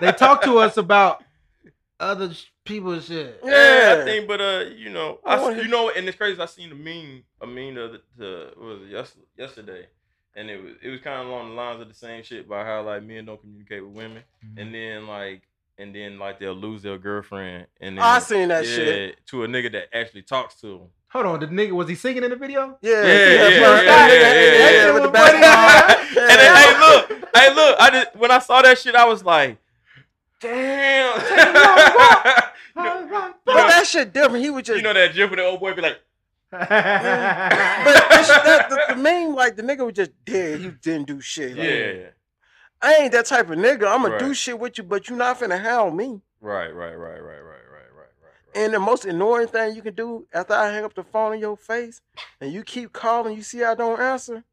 they talk to us about other sh- people's shit. Yeah, Yeah. I think, but uh, you know, I I, wanna- you know, and it's crazy. I seen a meme, a meme the, the what was it yes, yesterday, and it was it was kind of along the lines of the same shit about how like men don't communicate with women, Mm-hmm. and then like and then like they'll lose their girlfriend, and then Oh, I seen that shit. yeah, to a nigga that actually talks to them. Hold on, the nigga was he singing in the video? Yeah, Yeah, yeah, that's yeah, what I'm yeah, saying. yeah, That yeah, shit yeah. with the Buddy. basketball. And then, hey, Yeah. look, hey, look. I just when I saw that shit, I was like, damn. But that shit different. He was just you know that gif with the old boy be like, But this, that, the, the main, like the nigga was just dead. He didn't do shit. Like, yeah, I ain't that type of nigga. I'ma do Right. shit with you, but you not finna hound me. right, right, right, right, right, right, right, right, right. And the most annoying thing you can do after I hang up the phone in your face and you keep calling, you see I don't answer.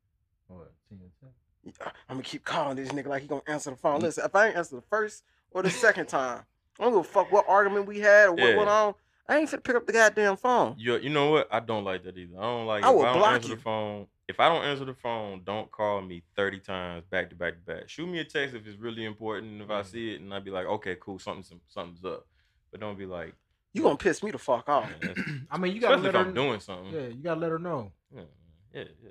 I'm gonna keep calling this nigga like he gonna answer the Mm. phone. Listen, if I ain't answer the first or the second time, I don't give a fuck what argument we had or what Yeah. went on. I ain't finna pick up the goddamn phone. You, you know what? I don't like that either. I don't like. I if will don't block answer you. the phone. If I don't answer the phone, don't call me thirty times back to back to back. Shoot me a text if it's really important. And if Mm. I see it, and I'd be like, okay, cool, something, some- something's up. But don't be like, You gonna piss me the fuck off. man, that's- I mean, you gotta especially let if her. I'm doing something. yeah, you gotta let her know. Yeah, yeah, yeah,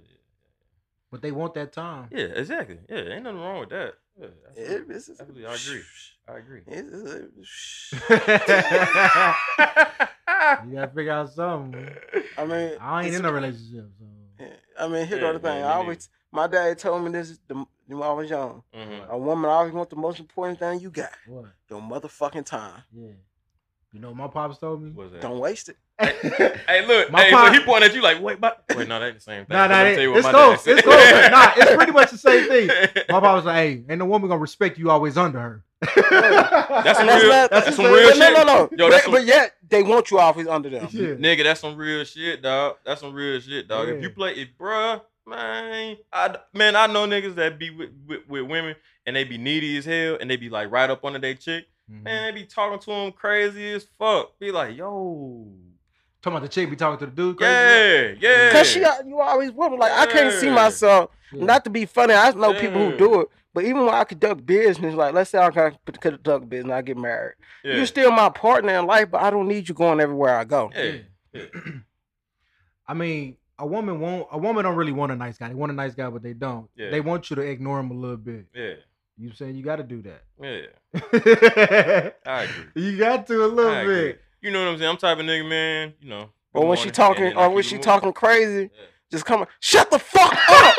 But they want that time. yeah. Yeah, exactly. Yeah, ain't nothing wrong with that. Yeah, It- absolutely. it's- it's- Absolutely, I agree. I agree. it's- it's- you gotta figure out something. I mean, I ain't it's- in a relationship, so Yeah, I mean, here Yeah, go the thing. yeah, me I always, my dad told me this the, when I was young. Mhm. A woman always want the most important thing you got, what? your motherfucking time. Yeah. You know what my pops told me? What's that? Don't waste it. Hey, look. My hey, pop- but he pointed at you like, wait, but wait, no, that ain't the same thing. Nah, Let me nah, tell you it- what it's my dad close. It's said. close. Nah, it's pretty much the same thing. My pop was like, hey, ain't no woman gonna respect you always under her. That's some And that's real, not- that's some but real no, shit. No, no, no. Yo, but, that's some- but yet they want you always under them. Yeah. Nigga, that's some real shit, dog. That's some real shit, dog. If you Yeah. play it, bruh, man, I man, I know niggas that be with, with, with women and they be needy as hell and they be like right up under their chick. Mhm. Mm-hmm. Man, they be talking to them crazy as fuck. Be like, yo, Talking about the chick be talking to the dude. Crazy yeah, yeah. Mm-hmm. Cause she, you always woman. Like I can't see Yeah. myself. Yeah. Not to be funny, I know people who Yeah. do it. But even when I conduct business, like let's say I con- conduct business, I get married. yeah. You're still my partner in life, but I don't need you going everywhere I go. yeah. Yeah. I mean, a woman won't. A woman don't really want a nice guy. They want a nice guy, but they don't. Yeah. They want you to ignore him a little bit. yeah, You saying you got to do yeah, that. I agree. you got to a I little agree. bit. You know what I'm saying? I'm type of nigga, man. You know. Or good when she morning, talking, and then I or when keep she it moving. talking crazy, Yeah. just come. Shut the fuck up.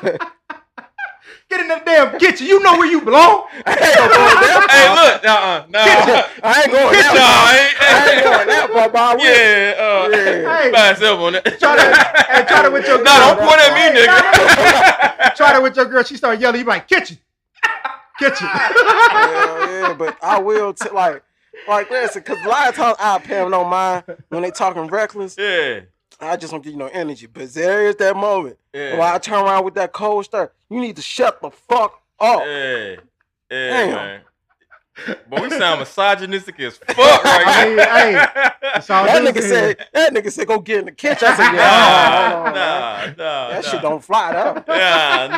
Get in that damn kitchen. You know where you belong. hey, look, uh, nah, nah, nah, I ain't going that far. I ain't going I that far, but I ain't. will. Yeah, uh, Yeah. by yourself on that. Try that- hey, try that with your Nah, don't girl. point at me, Hey, nigga. Try that with your girl. She started yelling. You be like kitchen, kitchen. Hell yeah, but I will t- like, like listen, cause a lot of times I pay them no mind when they talking reckless. yeah, I just don't give you no energy, but there is that moment yeah, when I turn around with that cold stare. You need to shut the fuck up. yeah, yeah, Damn. man. But we sound misogynistic as fuck right now. Hey, That's all That it nigga Oh, is. said, that nigga said, go get in the kitchen. I said, yeah, nah, nah, nah, nah, nah, that nah. shit don't fly though. nah,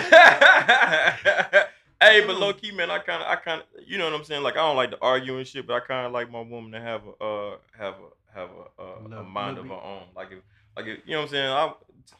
nah. hey, but low key, man, I kind of, I kind of, you know what I'm saying? Like, I don't like to argue and shit, but I kind of like my woman to have a, uh, have a, have a, uh, a Little- mind little of her bit. own. Like, if, like, if, you know what I'm saying? I,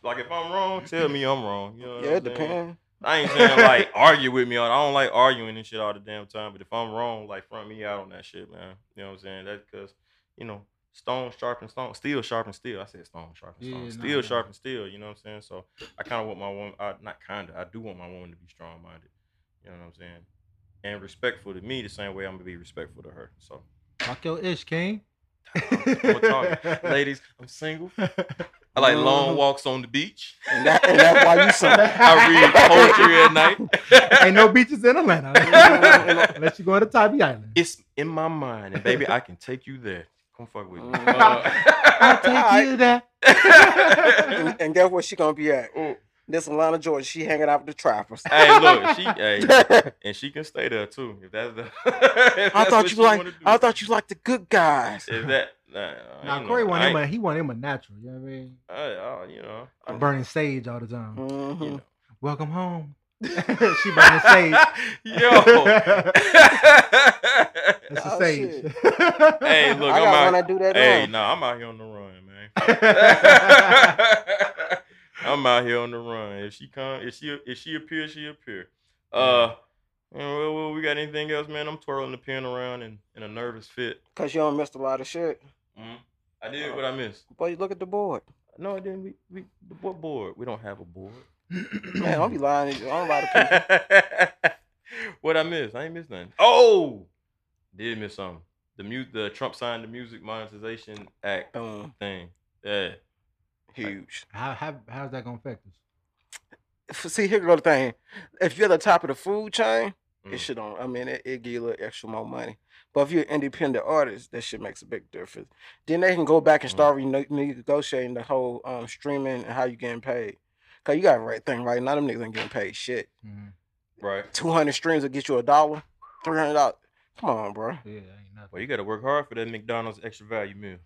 like, if I'm wrong, tell me I'm wrong. You know what Yeah, I'm it saying? depends. I ain't saying like argue with me. I don't like arguing and shit all the damn time. But if I'm wrong, like front me out on that shit, man. You know what I'm saying? That's because you know stone sharpens stone, steel sharpens steel. I said stone sharpens Yeah, stone, nah, steel nah. sharpens steel. You know what I'm saying? So I kind of want my woman, I, not kind of, I do want my woman to be strong minded. You know what I'm saying? And respectful to me the same way I'm gonna be respectful to her. So Talk your ish, King. I'm talking. ladies, I'm single. I like long walks on the beach. Uh-huh. And, that, and that's why you so. I read poetry at night. Ain't no beaches in Atlanta. Unless you go to Tybee Island. It's in my mind, and baby, I can take you there. Come fuck with me. Mm. Uh, Alright. you there. And, and guess where she gonna be at? This Alana George, she hanging out with the trappers. hey, look, she hey, I and she can stay there too. If that's the. if that's what thought you she like. wanna do. I thought you liked the good guys. Is that Nah, Now Corey won him, a, he won him a natural. You know what I mean? I, I, you know, I, Burning sage all the time. you Mhm. know. Welcome home. she burning sage. Yo. That's Oh, a sage. hey, look, I I'm got out. one to do that. hey, now. nah, I'm out here on the run, man. look. I'm out here on the run. If she come, if she if she appear, she appear. Uh, man, well, well, we got anything else, man? I'm twirling the pen around in, in a nervous fit. Cause you don't missed a lot of shit. Mm-hmm. I did what I missed. Boy, you look at the board. No, I didn't. We we what board? We don't have a board. Man, don't be lying. to you. I don't lie to people. what I missed? I ain't missed nothing. Oh, did miss something. The mu- the Trump signed the Music Monetization Act Boom. thing. Yeah. Huge. How, how how's that gonna affect us? F- See, here go the thing. If you're the top of the food chain, Mm. it should on. I mean, it, it give you a little extra more money. But if you're an independent artist, that shit makes a big difference. Then they can go back Mm. and start rene- renegotiating the whole um, streaming and how you getting paid. Cause you got the right thing right now. Them niggas ain't getting paid shit. Mhm. Right. Two hundred streams will get you a dollar. Three hundred dollars. Come on, bro. Yeah, ain't nothing. Well, you got to work hard for that McDonald's extra value meal.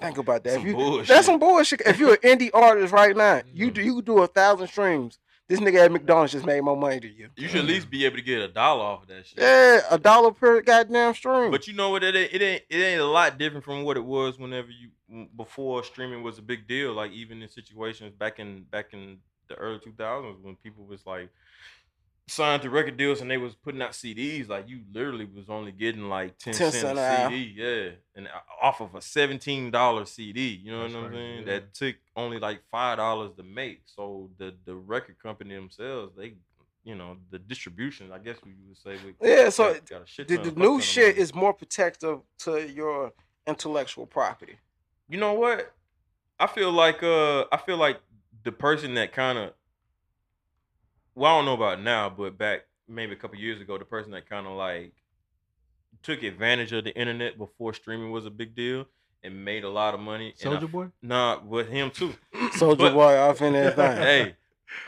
Think about that. Some if you, bullshit. Mm. That's some bullshit. If you're an indie artist right now, you Mhm. do you do a thousand streams. This nigga at McDonald's just made more money than you. You should at least be able to get a dollar off of that shit. Yeah, a dollar per goddamn stream. But you know what? It ain't, it ain't it ain't a lot different from what it was whenever you before streaming was a big deal. Like even in situations back in back in the early two thousands when people was like signed to record deals and they was putting out CDs. Like you literally was only getting like ten, 10 cent cent a an CD, yeah, and uh, off of a seventeen dollar CD. You know That's what I'm crazy, saying? yeah. That took only like five dollars to make. So the the record company themselves, they you know the distribution. I guess we would say. We Yeah, so got, got a shit the, ton- the fuck ton new of shit money. is more protective to your intellectual property. you know what? I feel like uh I feel like the person that kind of well I don't know about now, but back maybe a couple years ago, the person that kind of like took advantage of the internet before streaming was a big deal and made a lot of money. and I- Soldier Boy. nah, with him too. Soldier But- boy off in that thing. hey,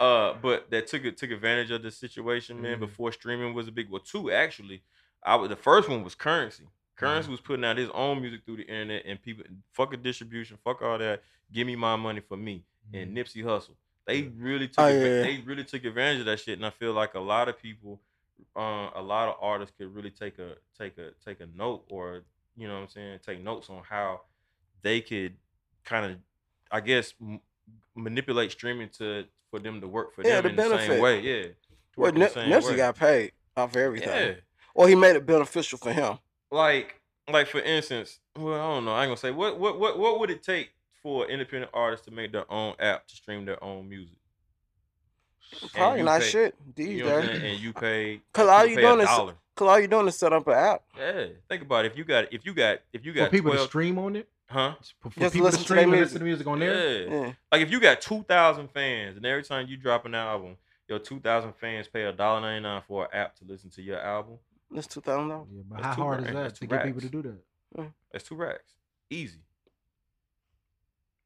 uh, but that took it took advantage of the situation, man. Mhm. Before streaming was a big well, two actually. I was the first one was currency. Currency was putting out his own music through the internet, and people fuck a distribution, fuck all that. Give me my money for me Mm-hmm. and Nipsey Hustle. They Yeah. really took Oh, adva- yeah. they really took advantage of that shit, and I feel like a lot of people, uh, a lot of artists could really take a take a take a note, or you know what I'm saying, take notes on how they could kind of, I guess, m- manipulate streaming to for them to work for Yeah, them the in the same benefit. way. Yeah, to well, work in Nip- the same Nipsey way. got paid off everything, yeah, or he made it beneficial for him. like like for instance, well, I don't know. I ain't gonna say what what what what would it take for an independent artist to make their own app to stream their own music. Probably you not pay- shit these You know what I'm days. saying? And you pay 'Cause you all you pay doing a is- dollar. Cause all you doing is set up an app. Yeah, think about it. If you got if you got if you For got people to 12, stream on it. huh? For for Just people to listen to their stream and music. listen to music on there. Yeah. Yeah. Like if you got two thousand fans, and every time you drop an album, your two thousand fans pay a dollar ninety nine for an app to listen to your album. That's two thousand dollars. Yeah, but That's how two hard racks. is that That's to two get people to racks. do that? That's two racks, easy.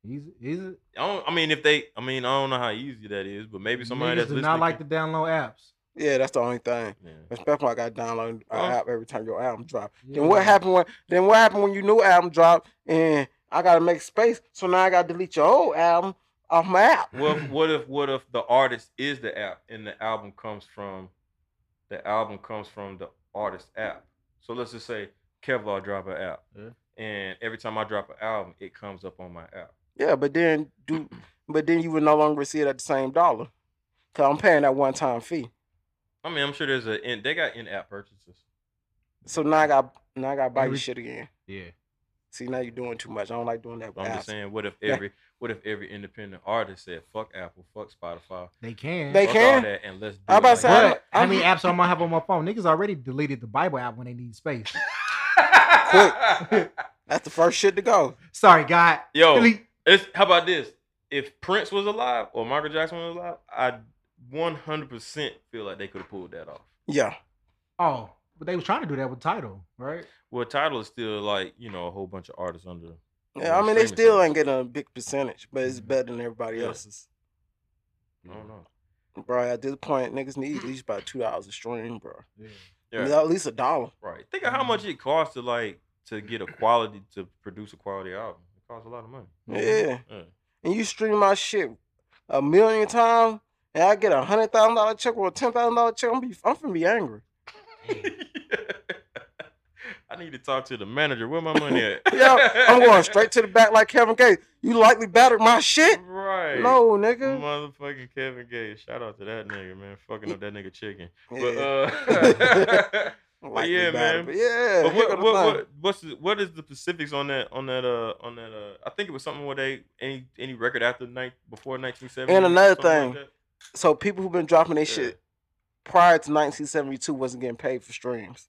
Easy, easy. I don't. I mean, if they, I mean, I don't know how easy that is, but maybe somebody Niggas that's do listening not like to can- download apps. Yeah, that's the only thing. Yeah. Especially when I got download an Huh? app every time your album dropped. Yeah. Then what happened when then what happened when your new album dropped and I gotta make space, so now I gotta delete your old album off my app. Well, what if what if the artist is the app and the album comes from the album comes from the artist app? So let's just say Kevlar drop an app, Yeah. and every time I drop an album, it comes up on my app. Yeah, but then do but then you would no longer see it at the same dollar. Cause I'm paying that one time fee. I mean, I'm sure there's a in, they got in-app purchases. So now I got now I gotta buy your Every- shit again. Yeah. See now you're doing too much. I don't like doing that. But I'm just apps. saying, what if Yeah. every what if every independent artist said fuck Apple, fuck Spotify, They can. They fuck all can. that, and let's do I'm it about to say, like But I how many don't- apps I'm gonna have on my phone? Niggas already deleted the Bible app when they need space. that. That's the first shit to go. Sorry, God. Yo, Delete. It's how about this? If Prince was alive or Michael Jackson was alive, I 100% feel like they could have pulled that off. Yeah. Oh, but they was trying to do that with title, right? Well, title is still like you know a whole bunch of artists under. Yeah, I under mean they streaming still service. ain't getting a big percentage, but it's better than everybody Mm-hmm. Yeah. else's. I don't know. Bro, at this point, niggas need at least about two dollars a stream, bro. Yeah. Yeah, At least a dollar. right. Think of how much it costs to like to get a quality to produce a quality album. It costs a lot of money. Yeah. and you stream my shit a million times, and I get a hundred thousand dollar check or a ten thousand dollar check, I'm be I'm finna be angry. I need to talk to the manager. Where my money at? Yeah, I'm going straight to the back like Kevin Gates. You likely battered my shit? Right. No, nigga. Motherfucking Kevin Gates. Shout out to that nigga, man. Fucking up that nigga chicken. But Yeah. uh Likely yeah, man. battered, But yeah. But here what, go the what, thing. what what's the, what is the specifics on that on that uh on that uh I think it was something where they any any record after night before 1970 And another something like thing, that? So people who've been dropping their Yeah. shit prior to 1972 wasn't getting paid for streams.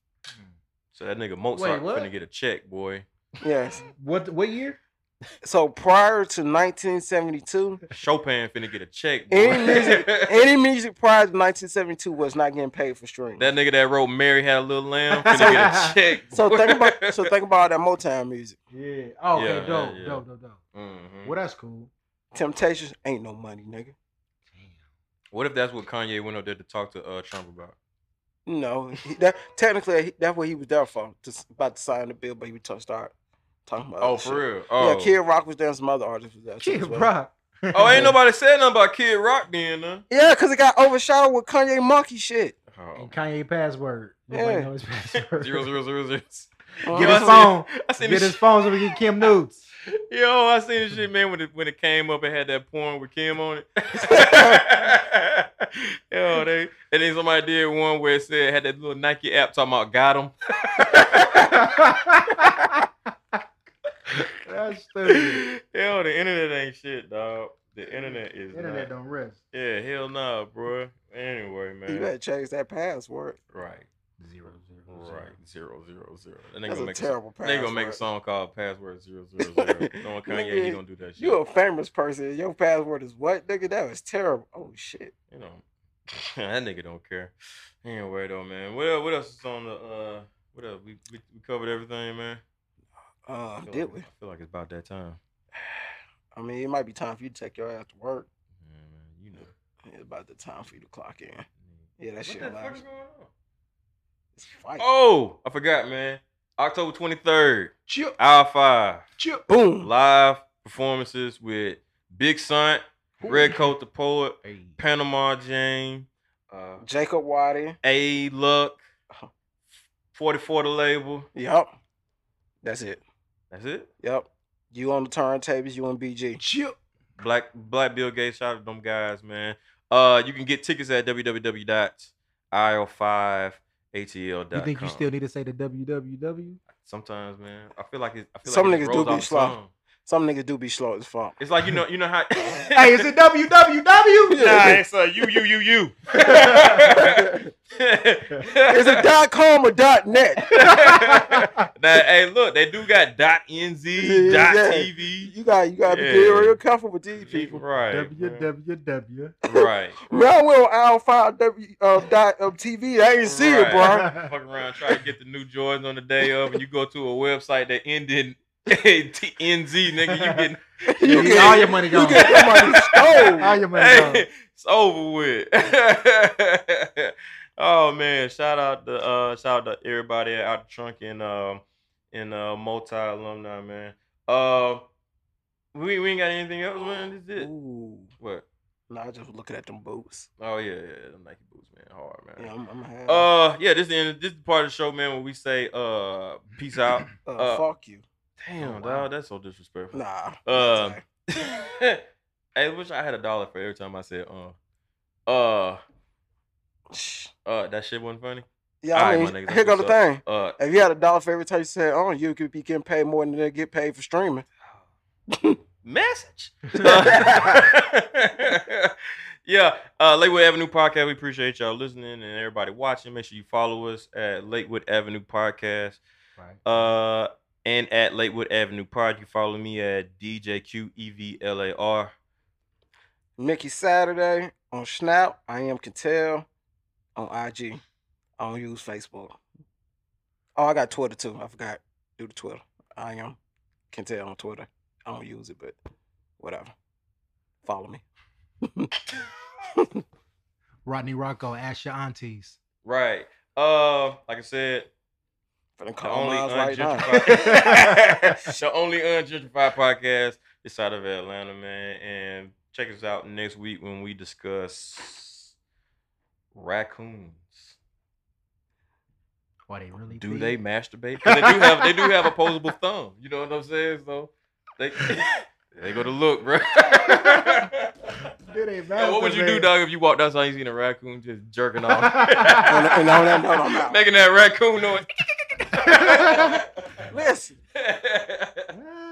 so that nigga Mozart what? finna get a check, boy. Yes. What what year? So prior to 1972, Chopin finna get a check, boy. any music, any music prior to 1972 was not getting paid for streams. that nigga that wrote Mary Had a Little Lamb finna get a check. So boy. think about so think about all that Motown music. Yeah. Oh, okay. Yeah, dope, yeah, yeah. dope, dope, dope. Mhm. Well, that's cool. Temptations ain't no money, nigga. What if that's what Kanye went up there to talk to uh, Trump about? No, he- that technically he- that's what he was there for. Just about to sign the bill, but he was to start talking about. Oh, other shit. for real? Oh, Yeah, Kid Rock was there, and some other artists was there. too Kid as well. Rock. oh, ain't nobody said nothing about Kid Rock then, huh? Yeah, because it got overshadowed with Kanye monkey shit. Oh. And Kanye password. Nobody Yeah. know his password. Zero zero zero zero. Uh, Yo, I Get his seen- phone. I seen Get this his phone so we get Kim Nudes. shit- Yo, I seen this shit, man. When it when it came up, it had that porn with Kim on it. Yo, they and then somebody did one where it said it had that little Nike app talking about got him. That's stupid. Yo, the internet ain't shit, dog. The internet is Internet not. don't rest. Yeah, hell nah, bro. Anyway, man. You better change that password. Right. Zero zero. zero. Right. Zero zero zero. And they That's gonna a make a, terrible they gonna make a password. song called Password Zero Zero Zero. Knowing Kanye, he Nigga, gonna do that shit. You a famous person. Your password is what, nigga? That was terrible. Oh shit. You know, that nigga don't care. Anyway, though, man. What else, what else is on the? uh What else? We we, we covered everything, man. Uh, I feel did like, we? I feel like it's about that time. I mean, it might be time for you to take your ass to work. Yeah, man. You know. It's about the time for you to clock in. What Yeah, that shit the fuck live. is going on? It's a fight. Oh, I forgot, man. October twenty third, Chip, hour five. chip. Boom. live performances with Big Sun, Red Coat the Poet, Panama Jane, uh, Jacob Waddy. A Luck, 44 the label. Yup. That's it. That's it. Yup. You on the turntables, you on BG. Chip. Black Black Bill Gates, shout out to them guys, man. Uh, you can get tickets at www.il5atl.com. You think you still need to say the WWW? Sometimes, man, I feel like it, I feel Some like it niggas rolls do be off the slow. tongue. Some niggas do be slow as fuck. It's like you know, you know how. hey, is it WWW? Nah, it's a you, you, you, you. Is it dot com or dot net? now, hey, look, they do got dot nz, Yeah, dot yeah. tv. You got you gotta be Yeah. real careful with these people. Right, man. WWW. right. Man, we're on aisle five W uh, dot uh, TV. I ain't see it, bro. Fuck around, try to get the new Jordans on the day of, and you go to a website that ended in T- nz, nigga. You getting You You- all get, your money you gone. get your money all stole. your money gone. hey, it's over with. oh man, shout out to uh shout out to everybody out the trunk and um and uh multi alumni man. Uh we we ain't got anything else, man. This is it. Ooh. What? Nah, I just was looking at them boots. Oh yeah, yeah, yeah. them Nike boots, man. Hard man. Yeah, I'm, I'm happy. Uh, Uh yeah, this is the end this is the part of the show, man, where we say uh peace out. uh, fuck you. Damn, Oh, wow. dog, that's so disrespectful. Nah. Um, I wish I had a dollar for every time I said uh uh Shh. uh that shit wasn't funny. yeah, I all right, mean, my niggas, here go that's the what's thing. Uh If you had a dollar for every time you said, "Oh, you could be getting paid more than they get paid for streaming." message. Uh, yeah, uh, Lakewood Avenue Podcast. We appreciate y'all listening and everybody watching. Make sure you follow us at Lakewood Avenue Podcast. Uh, and at Lakewood Avenue Pod, you follow me at E DJQEVLAR. Mickey Saturday on Snap. I am Cattell on IG. I don't use Facebook. Oh, I got Twitter too. I forgot. Do the Twitter. I am Cattell on Twitter. I don't use it, but whatever. Follow me. Rodney Rocco, ask your aunties. Right. Uh, like I said, Finna The call only, mine right now. ungentrified, the only ungentrified podcast is out of Atlanta, man. And check us out next week when we discuss raccoons. Why they really Do big. they masturbate? 'Cause they do have they do have opposable thumb. You know what I'm saying? So they they go to look, bro. Do they Yo, what would you do, masturbate? dog, if you walked outside and you seen a raccoon just jerking off? And, and on that note, I'm out. Making that raccoon noise. Listen. Ah.